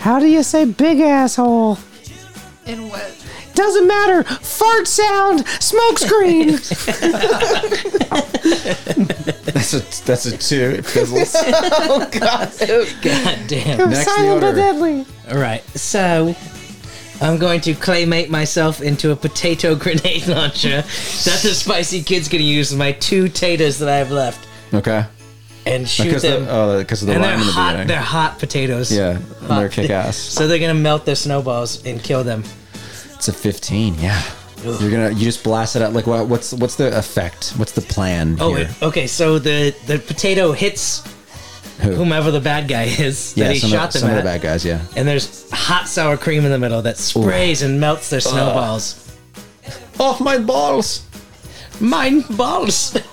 S8: How do you say big asshole?
S1: In what?
S8: Doesn't matter. Fart sound, smoke screen.
S2: that's a that's a two. It fizzles.
S8: oh
S3: God. God
S8: It
S3: damn.
S8: was silent but deadly.
S3: All right, so I'm going to claymate myself into a potato grenade launcher that the spicy kid's going to use my two taters that I have left
S2: Okay.
S3: and shoot
S2: Because
S3: them.
S2: the, oh, because of the
S3: and
S2: rhyme
S3: they're
S2: in the
S3: hot.
S2: beginning.
S3: They're hot potatoes.
S2: Yeah, and they're
S3: Hot.
S2: kick ass.
S3: So they're going to melt their snowballs and kill them.
S2: It's a fifteen. Yeah. You're gonna you just blast it out. Like what, what's what's the effect? What's the plan?
S3: Oh,
S2: here?
S3: wait, okay. So the the potato hits
S2: Who?
S3: whomever the bad guy is that
S2: yeah,
S3: he
S2: some,
S3: shot
S2: of,
S3: them
S2: some
S3: at.
S2: of the bad guys. Yeah.
S3: And there's hot sour cream in the middle that sprays and melts their snowballs.
S2: Off my balls!
S3: Mine balls!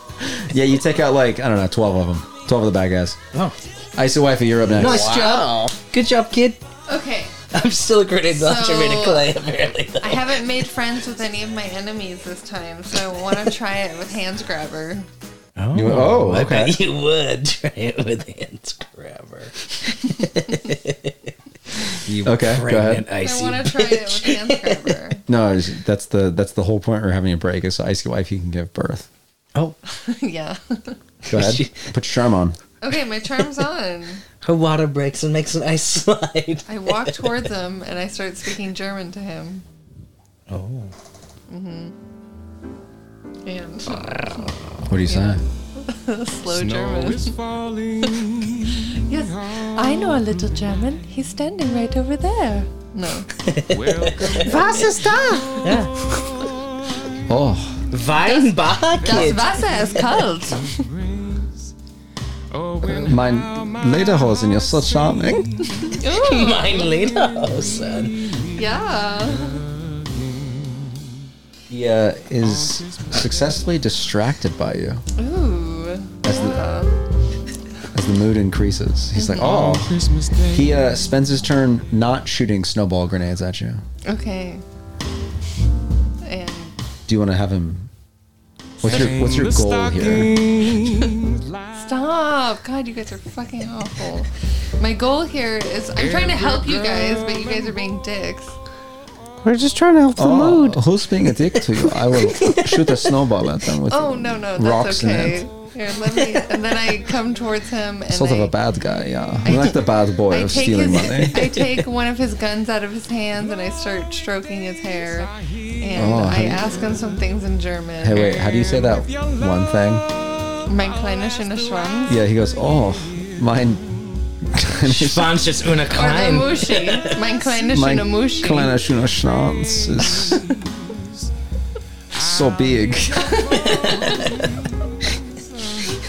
S2: Yeah, you take out like I don't know, twelve of them. Twelve of the bad guys.
S3: Oh.
S2: Icy wifey, you're up next.
S3: Nice job. Good job, kid.
S1: Okay,
S3: I'm still a grenade launcher made of
S1: So-
S3: clay, apparently. though.
S1: I haven't made friends with any of my enemies this time, so I want to try it with hands grabber.
S2: Oh, oh
S3: I
S2: okay.
S3: bet you would try it with hands grabber. you
S2: Okay, go
S3: pregnant
S2: ahead.
S3: icy.
S1: I want to try it with hands grabber.
S2: No, it's- that's the that's the whole point. We're having a break. Is so icy wifey can give birth.
S3: Oh,
S1: yeah.
S2: Go ahead. Put your charm on.
S1: Okay, my charm's on.
S3: Her water breaks and makes an ice slide.
S1: I walk towards him and I start speaking German to him.
S3: Oh.
S1: hmm And
S2: What do you say?
S1: slow German. yes, I know a little German. He's standing right over there. No.
S8: Was ist da?
S2: Oh,
S1: Das Wasser is cold.
S2: my lederhosen, you're so charming.
S3: Mine later, oh, son.
S1: Yeah.
S2: He uh, is successfully distracted by you
S1: Ooh.
S2: That's the- as the mood increases. He's like, oh. He uh, spends his turn not shooting snowball grenades at you.
S1: Okay. And
S2: Do you want to have him? What's your What's your goal here?
S1: stop. God, you guys are fucking awful. My goal here is I'm trying to help you guys, but you guys are being dicks.
S8: We're just trying to help the
S2: Oh,
S8: mood.
S2: who's being a dick to you? I will shoot a snowball at them with
S1: Oh no no,
S2: rocks
S1: that's
S2: in
S1: okay.
S2: it.
S1: Here, let me. And then I come towards him and
S2: Sort
S1: I,
S2: of a bad guy, yeah. I like the bad boy
S1: I
S2: of
S1: take
S2: stealing
S1: his,
S2: money.
S1: I take one of his guns out of his hands and I start stroking his hair, and
S2: Oh, how
S1: I
S2: do you-
S1: ask him some things in German.
S2: Hey, wait, how do you say that one thing?
S1: Mein kleiner schöner Schwanz.
S2: Yeah, he goes, oh, mine.
S3: Schwanz just una
S1: Or the
S3: klein.
S1: Mushi. Mein kleiner
S2: Mein
S1: schöner Mushi.
S2: kleiner schöner Schwanz is so big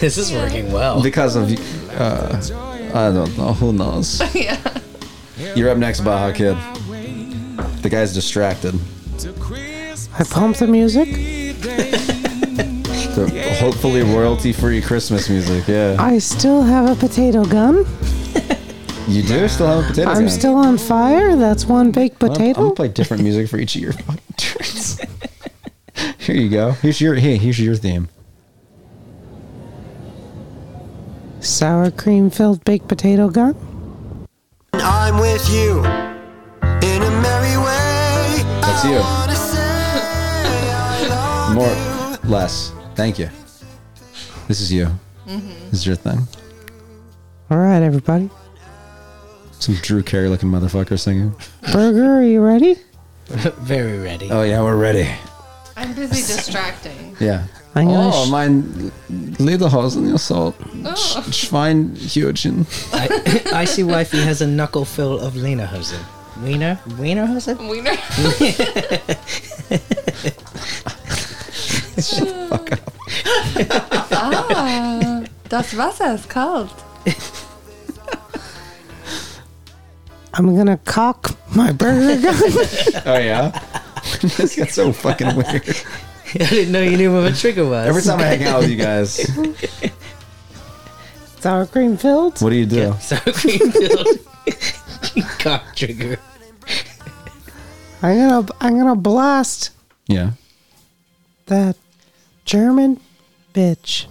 S3: This is working well.
S2: because of, uh, I don't know, who knows.
S1: yeah.
S2: You're up next, Baja Kid. The guy's distracted.
S8: I pump the music.
S2: The hopefully royalty free Christmas music. Yeah.
S8: I still have a potato gun.
S2: You do still have a potato.
S8: I'm
S2: gun.
S8: still on fire. That's one baked
S2: Well, I'm- I'm
S8: potato.
S2: gonna play different music for each of your fucking turns. Here you go. Here's your hey. Here's your theme.
S8: Sour cream filled baked potato gun.
S12: I'm with you in a merry way.
S2: That's you.
S12: Wanna say
S2: More, less. Thank you. This is you. This is your thing.
S8: All right, everybody.
S2: Some Drew Carey looking motherfucker singing.
S8: Burger, are you ready?
S3: Very ready.
S2: Oh yeah, we're ready.
S1: I'm busy distracting.
S2: Yeah.
S8: I
S1: know
S2: oh,
S1: sh-
S2: mine. Leave the house in your soul.
S1: Oh.
S2: Schwein Hugin.
S3: I, I see wifey has a knuckle full of Lederhosen. Wiener? Wienerhosen?
S1: Wiener. ah, das Wasser ist kalt.
S8: I'm gonna cock my burger gun.
S2: Oh yeah. this got so fucking weird.
S3: I didn't know you knew what a trigger was.
S2: Every time I hang out with you guys,
S8: Sour cream filled.
S2: what do you do?
S3: Sour cream filled cock trigger.
S8: I'm gonna I'm gonna blast
S2: Yeah.
S8: that German bitch.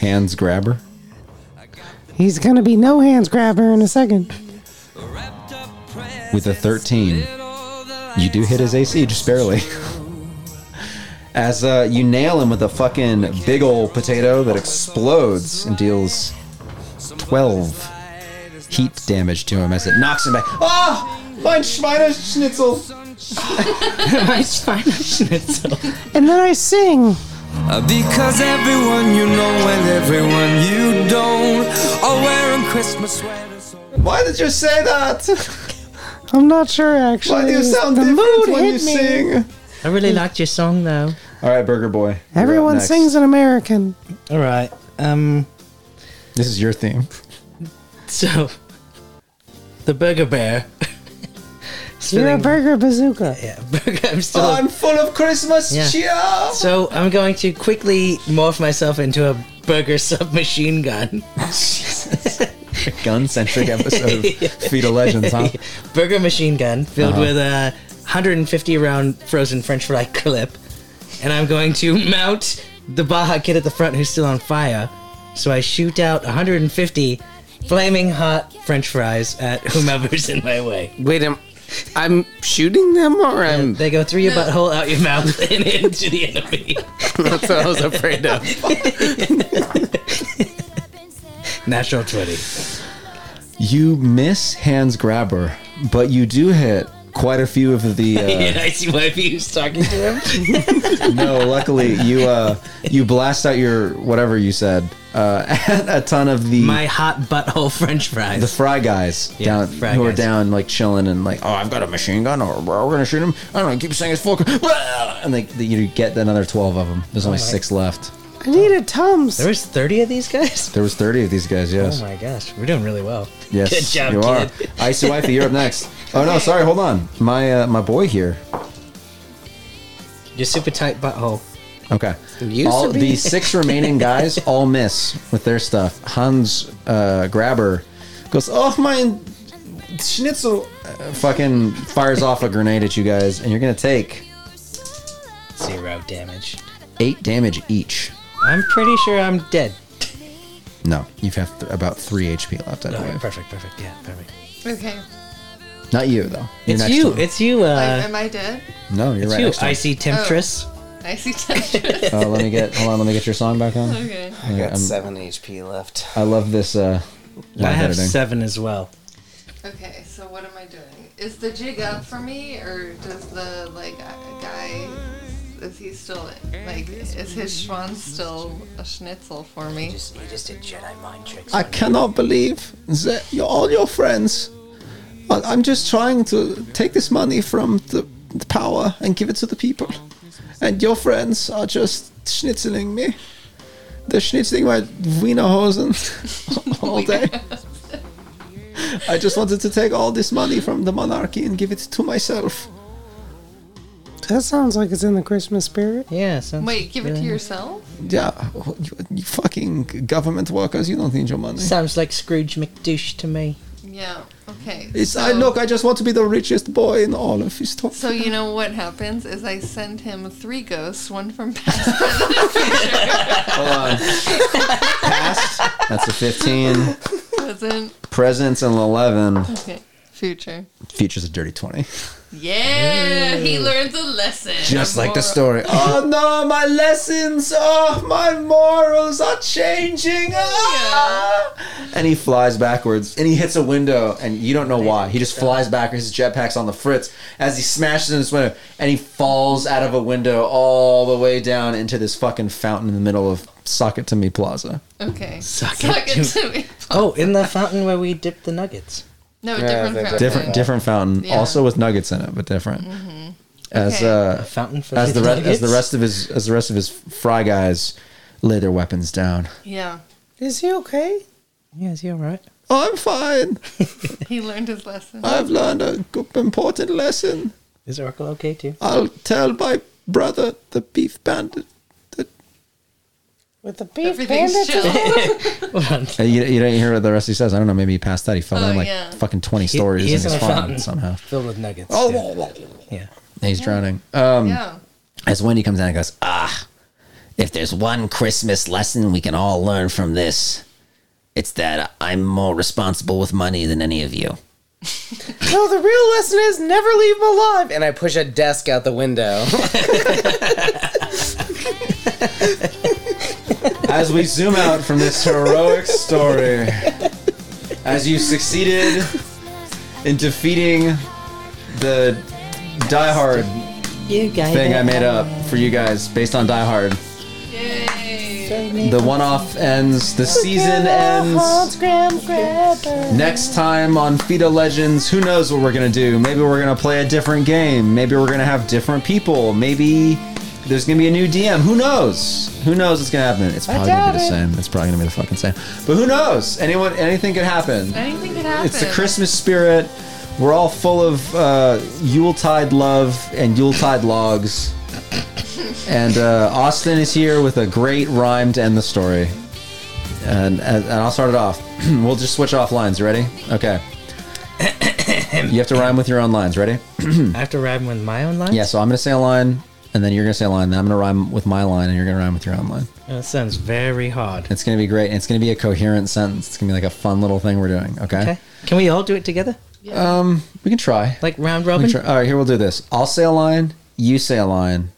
S2: Hands grabber.
S8: He's gonna be no hands grabber in a second.
S2: with a 13. You do hit his AC just barely. As uh, you nail him with a fucking big ol' potato that explodes and deals 12 heat damage to him as it knocks him back. Ah! Mein Schweiner Schnitzel!
S3: My spinal schnitzel.
S8: And then I sing.
S12: Because everyone you know and everyone you don't are Oh, wearing Christmas sweaters.
S2: Why did you say that?
S8: I'm not sure actually.
S12: Why do you sound
S8: the
S12: different
S8: mood
S12: when
S8: hit
S12: you
S8: me.
S12: sing?
S3: I really liked your song though.
S2: All right, Burger Boy. you're up
S8: Everyone
S2: next.
S8: sings an American.
S3: All right. Um.
S2: This is your theme.
S3: So, the Burger Bear.
S8: You're a
S3: Spinning-
S8: burger bazooka.
S3: Yeah, burger. I'm still.
S8: I'm
S2: Oh, full of Christmas cheer.
S3: So I'm going to quickly morph myself into a burger submachine gun.
S2: Gun centric episode of Feet of Legends, huh?
S3: burger machine gun filled
S2: Uh-huh.
S3: with a 150 round frozen French fry clip, and I'm going to mount the Baja kid at the front who's still on fire. So I shoot out 150 flaming hot French fries at whomever's in my way.
S6: Wait, am I'm shooting them or I'm?
S3: They go through your butthole, out your mouth, and into the enemy.
S6: That's what I was afraid of.
S3: Natural 20.
S2: You miss Hands Grabber, but you do hit quite a few of the. Uh,
S3: yeah, I see why who's talking to him.
S2: no, luckily you uh, you blast out your whatever you said uh, at a ton of the
S3: My hot butthole French fries.
S2: the fry guys down
S3: fry
S2: who are
S3: guys.
S2: down like chilling and like oh I've got a machine gun or we're gonna shoot him I don't know keep saying it's full and like you get another twelve of them. There's only
S3: Alright.
S2: six left.
S8: I need a Tums.
S3: There was 30 of these guys?
S2: There was thirty of these guys. Yes.
S3: Oh my gosh, we're doing really well.
S2: Yes,
S3: Good job,
S2: you
S3: kid.
S2: are. Icy Wifey, you're up next. Oh no, sorry, hold on. My uh, my boy here.
S3: Your super tight butthole.
S2: Okay.
S3: used
S2: All
S3: to be.
S2: the six remaining guys all miss with their stuff. Hans uh, Grabber goes, "Oh my schnitzel!" Uh, fucking fires off a grenade at you guys, and you're gonna take
S3: Zero damage.
S2: eight damage each.
S3: I'm pretty sure I'm dead.
S2: No, you have th- about three HP left. I
S3: Oh,
S2: believe.
S3: perfect, perfect, yeah, perfect.
S1: Okay.
S2: Not you though. You're
S3: It's
S2: next
S3: you,
S2: to him.
S3: it's you,
S1: Like,
S3: uh,
S1: am I dead?
S2: No, you're
S3: it's
S2: right.
S3: you,
S2: next to him.
S3: Icy Temptress.
S1: I see temptress.
S2: Uh, let me get. Hold on. Let me get your song back on.
S1: Okay.
S6: I got
S2: I'm-
S6: seven HP left.
S2: I love this. Uh,
S3: I
S2: live
S3: have
S2: editing.
S3: seven as well.
S1: Okay, so what am I doing? Is the jig up for me, or does the like uh, guy? Is he still like? Is his Schwann still a schnitzel for me? He
S3: just, did Jedi mind tricks.
S2: I cannot believe that you're all your friends. I- I'm just trying to take this money from the, the power and give it to the people. And your friends are just schnitzeling me. They're schnitzeling my Wienerhosen all day. I just wanted to take all this money from the monarchy and give it to myself.
S8: That sounds like it's in the Christmas spirit.
S7: Yeah. Sounds
S1: Wait, give it to yourself?
S2: Yeah, wh- you, you fucking government workers, you don't need your money.
S7: Sounds like Scrooge McDouche to me.
S1: Yeah. Okay.
S2: It's I look. I just want to be the richest boy in all of his
S1: So you know what happens is I send him three ghosts, one from past.
S2: Hold on. Past. That's a fifteen.
S1: Present.
S2: Presents an eleven.
S1: Okay. Future.
S2: Features a dirty twenty.
S1: Yeah, he learns a lesson.
S2: Just like the story. Oh,
S4: Oh no, my lessons, oh, my morals are changing. ah.
S2: and he flies backwards and he hits a window and you don't know why. He just flies backwards. His jetpack's on the fritz as he smashes in this window and he falls out of a window all the way down into this fucking fountain in the middle of Sock It to Me Plaza.
S1: Okay.
S2: Suck
S1: it
S2: it.
S1: to me.
S7: Oh, in the fountain where we dipped the nuggets.
S1: No,
S7: Yeah,
S1: different
S7: they
S1: fountain.
S2: Different, different fountain,
S1: Yeah.
S2: also with nuggets in it, but different. As
S1: Okay.
S2: uh,
S1: A fountain for
S2: as the
S1: little
S2: re- as the
S1: nuggets?
S2: rest of his as the rest of his fry guys lay their weapons down.
S1: Yeah.
S8: Is he okay?
S7: Yeah, is he all right?
S2: I'm fine.
S1: He learned his lesson.
S2: I've learned a good, important lesson.
S7: Is Oracle okay too?
S2: I'll tell my brother, the beef bandit.
S8: With the beef
S1: Everything's
S8: bandits.
S2: Uh, you, you don't hear what the rest he says. I don't know. Maybe he passed that. He fell
S8: Oh,
S2: down like
S8: yeah.
S2: fucking twenty stories
S7: he
S2: in
S7: is
S2: his
S7: in a
S2: farm
S7: fountain.
S2: somehow.
S7: Filled with nuggets.
S2: Oh,
S7: yeah.
S2: whoa, whoa,
S7: yeah.
S2: And he's drowning. Um,
S1: Yeah.
S4: As Wendy comes down and goes, ah, if there's one Christmas lesson we can all learn from this, it's that I'm more responsible with money than any of you.
S6: No, the real lesson is never leave him alive. And I push a desk out the window.
S2: As we zoom out from this heroic story, as you succeeded in defeating the Die Hard
S7: You guys.
S2: thing I made up for you guys based on Die Hard, the one off ends, the season ends. Next time on FIDA Legends, who knows what we're gonna do? Maybe we're gonna play a different game. Maybe we're gonna have different people. Maybe there's gonna be a new DM. Who knows? Who knows what's gonna happen? It's
S1: I
S2: probably gonna be the
S1: doubt it.
S2: same. It's probably gonna be the fucking same. But who knows? Anyone, anything could happen.
S1: Anything could happen.
S2: It's the Christmas spirit. We're all full of uh, Yuletide love and Yuletide logs. and uh, Austin is here with a great rhyme to end the story. And, and, and I'll start it off. we'll just switch off lines. You ready? Okay. you have to rhyme with your own lines. Ready?
S7: I have to rhyme with my own line?
S2: yeah, so I'm going to say a line, and then you're going to say a line, then I'm going to rhyme with my line, and you're going to rhyme with your own line.
S7: That sounds very hard.
S2: It's going to be great, and it's going to be a coherent sentence. It's going to be like a fun little thing we're doing, okay?
S7: Okay. Can we all do it together?
S2: Um, we can try.
S7: Like round
S2: We
S7: robin?
S2: can try- All right, here we'll do this. I'll say a line, you say a line,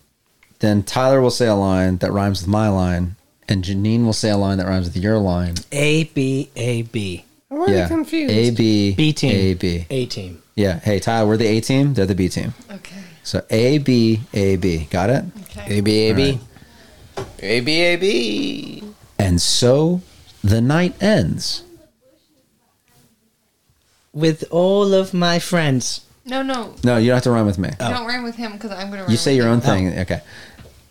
S2: then Tyler will say a line that rhymes with my line, and Janine will say a line that rhymes with your line.
S7: A B A B.
S8: I'm already confused.
S2: A B
S7: B team.
S2: A B
S7: A team.
S2: Yeah. Hey Tyler, we're the A team. They're the B team.
S1: Okay.
S2: So A B A B. Got it.
S1: Okay.
S2: A B A B.
S6: A B A B.
S2: And so the night ends.
S7: With all of my friends.
S1: No, no.
S2: No, you don't have to rhyme with me.
S1: Don't rhyme with him because I'm going to rhyme.
S2: Oh. You say your own
S1: with him.
S2: thing. Okay.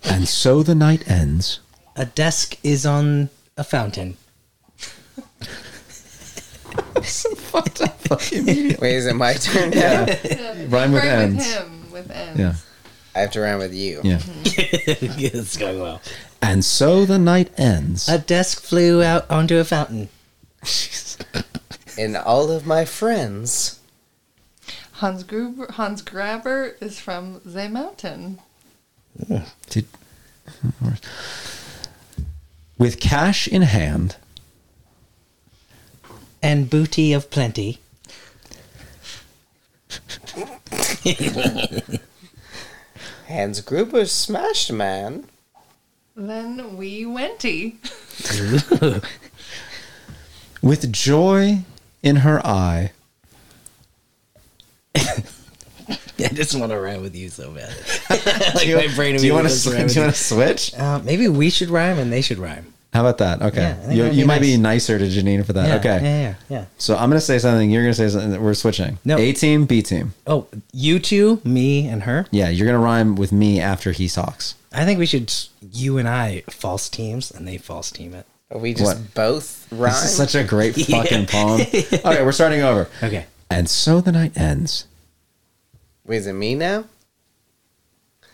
S2: And so the night ends.
S7: A desk is on a fountain.
S6: Wait, is it my turn?
S2: Yeah. Rhyme with
S1: Rhyme with
S2: ends.
S1: him. With ends.
S2: Yeah.
S6: I have to rhyme with you.
S2: Yeah.
S7: it's going well.
S2: And so the night ends.
S7: A desk flew out onto a fountain.
S6: And all of my friends.
S1: Hans Gruber, Hans Graber is from the mountain.
S2: Did- With cash in hand,
S7: And booty of plenty.
S6: Hans Gruber smashed man.
S1: Then we wenty.
S2: with joy in her eye,
S7: I just want to rhyme with you so bad. like my brain.
S2: do you
S7: immediately
S2: wanna
S7: goes
S2: sw-
S7: rhyme with
S2: do you wanna switch?
S7: Uh, maybe we should rhyme and they should rhyme.
S2: How about that? Okay.
S7: Yeah, I think
S2: you
S7: that'd
S2: you
S7: be
S2: might be nicer to Janine for that.
S7: Yeah,
S2: Uh, okay.
S7: yeah, yeah, yeah.
S2: So I'm going to say something. You're going to say something. We're switching. No. A team, B team.
S7: Oh, you two, me, and her.
S2: Yeah, you're going to rhyme with me after he talks.
S7: I think we should. s- You and I false teams, and they false team it.
S6: Are we
S2: just What?
S6: both
S2: This is such a great fucking poem. Okay, we're starting over.
S7: Okay.
S2: And so the night ends.
S6: Wait, is it me now?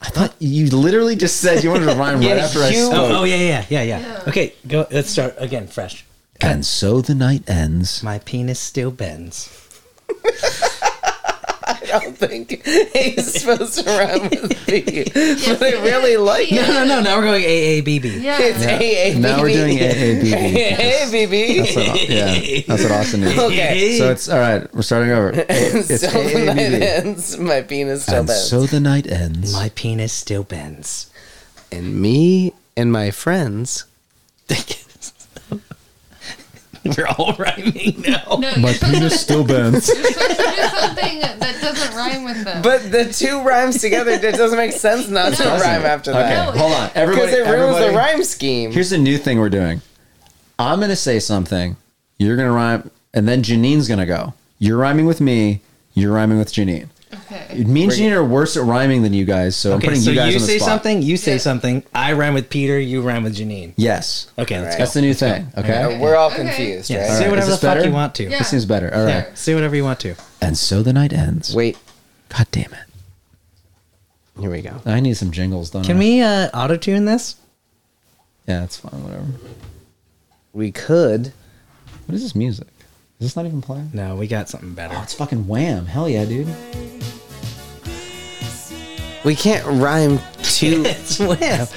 S13: I thought you literally just said you wanted to rhyme right after I spoke.
S3: Oh, oh, yeah, yeah, yeah, yeah, Okay, go. Let's start again, fresh.
S13: And so the night ends.
S3: My penis still bends.
S8: I
S6: Oh,
S8: don't think he's supposed to rhyme with me, but I really like
S3: No,
S8: it.
S3: no, no. Now we're going AABB.
S8: Yeah. It's
S2: Yeah.
S8: AABB.
S2: Now we're doing AABB. That's what,
S8: AABB.
S2: yeah, that's what Austin is.
S8: Okay.
S2: So it's all right. We're starting over. It's
S8: so the night
S2: AABB.
S8: ends. My penis still
S2: And
S8: bends.
S2: so the night ends.
S3: My penis still bends.
S6: And me and my friends.
S3: We're all rhyming now.
S2: My penis still bends.
S1: You're supposed to do something that doesn't rhyme with them.
S8: But the two rhymes together, it doesn't make sense not to rhyme after
S2: okay,
S8: that.
S2: hold on. Everybody,
S8: Because it ruins
S2: everybody-
S8: the rhyme scheme.
S2: Here's a new thing we're doing. I'm gonna say something. You're gonna rhyme, and then Janine's gonna go. You're rhyming with me. You're riming with Janine. Okay. Me and Janine are worse at rhyming than you guys, so I'm
S3: Okay,
S2: putting
S3: so
S2: you
S3: you,
S2: guys on the
S3: say
S2: spot.
S3: something, you say something. I rhyme with Peter, you rhyme with Janine.
S2: Yes.
S3: Okay, let's
S2: That's
S3: go.
S2: the new thing. Okay.
S8: And We're all confused,
S3: Yeah,
S8: right?
S3: say
S2: Is
S3: whatever the
S2: this
S3: fuck
S2: better?
S3: you want to.
S2: This seems better. All
S3: Yeah,
S2: right.
S3: say whatever you want to.
S2: And so the night ends.
S8: Wait.
S2: God damn it.
S6: Here we go.
S2: I need some jingles, don't
S3: Can
S2: I?
S3: we uh, auto tune this?
S2: Yeah, it's fine. Whatever.
S8: We could.
S2: What is this music? Is this not even playing?
S3: No, we got something better.
S2: Oh, it's fucking Wham! Hell yeah, dude.
S6: We can't rhyme two.
S3: it's Wham.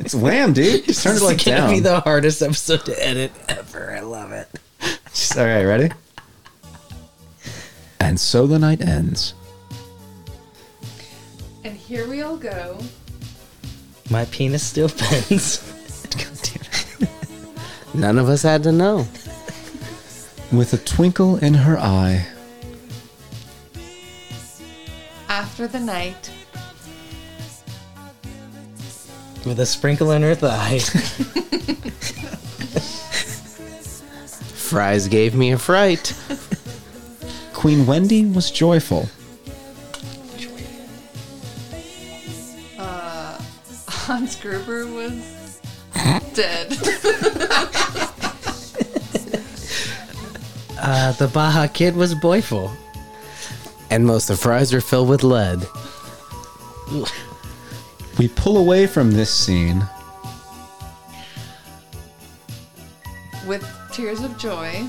S2: It's Wham, dude. Just turn it like
S3: It's gonna
S2: down.
S3: be the hardest episode to edit ever. I love it.
S2: Just- All right, ready? And so the night ends.
S1: And here we all go.
S3: My penis still bends.
S6: None of us had to know.
S2: With a twinkle in her eye,
S1: After the night,
S3: With a sprinkle in her thigh.
S6: Fries gave me a fright.
S2: Queen Wendy was joyful.
S1: uh, Hans Gruber was dead.
S3: Uh, the Baja Kid was boyful.
S6: And most of the fries are filled with lead.
S2: We pull away from this scene.
S1: with tears of joy.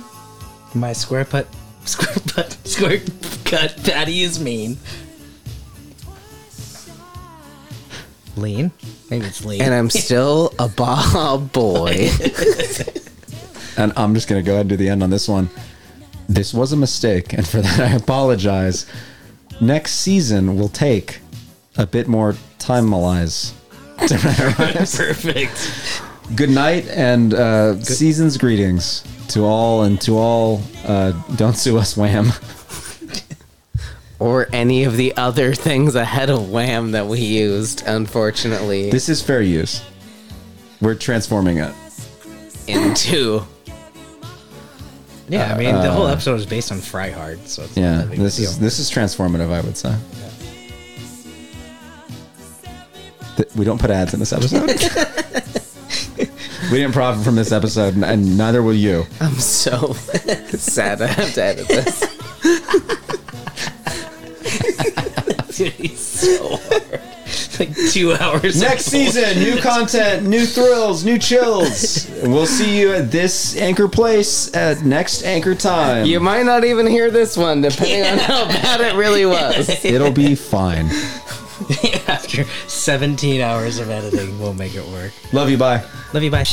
S3: My square put, square put, square cut patty is mean. Lean? Maybe it's lean.
S6: And I'm still a Baja boy.
S2: And I'm just going to go ahead and do the end on this one. This was a mistake, and for that I apologize. Next season will take a bit more time
S3: Perfect.
S2: Good night and uh, season's greetings to all and to all. Uh, don't sue us, Wham.
S6: or any of the other things ahead of Wham that we used, unfortunately,
S2: This is fair use. We're transforming it.
S6: into.
S3: Yeah, I mean, the
S2: Uh,
S3: whole episode was based on Fry Hard, so it's
S2: Yeah,
S3: not that big
S2: this
S3: a deal.
S2: is this is transformative. I would say. Th- We don't put ads in this episode. we didn't profit from this episode, and- and neither will you.
S6: I'm so sad I have to edit this.
S3: It's so hard. It's like two hours. of
S2: Next season, new
S3: bullshit.
S2: content, new thrills, new chills. we'll see you at this anchor place at next anchor time.
S6: You might not even hear this one, depending on how bad it really was.
S2: It'll be fine.
S3: After 17 hours of editing, we'll make it work.
S2: Love you. Bye.
S3: Love you, bye.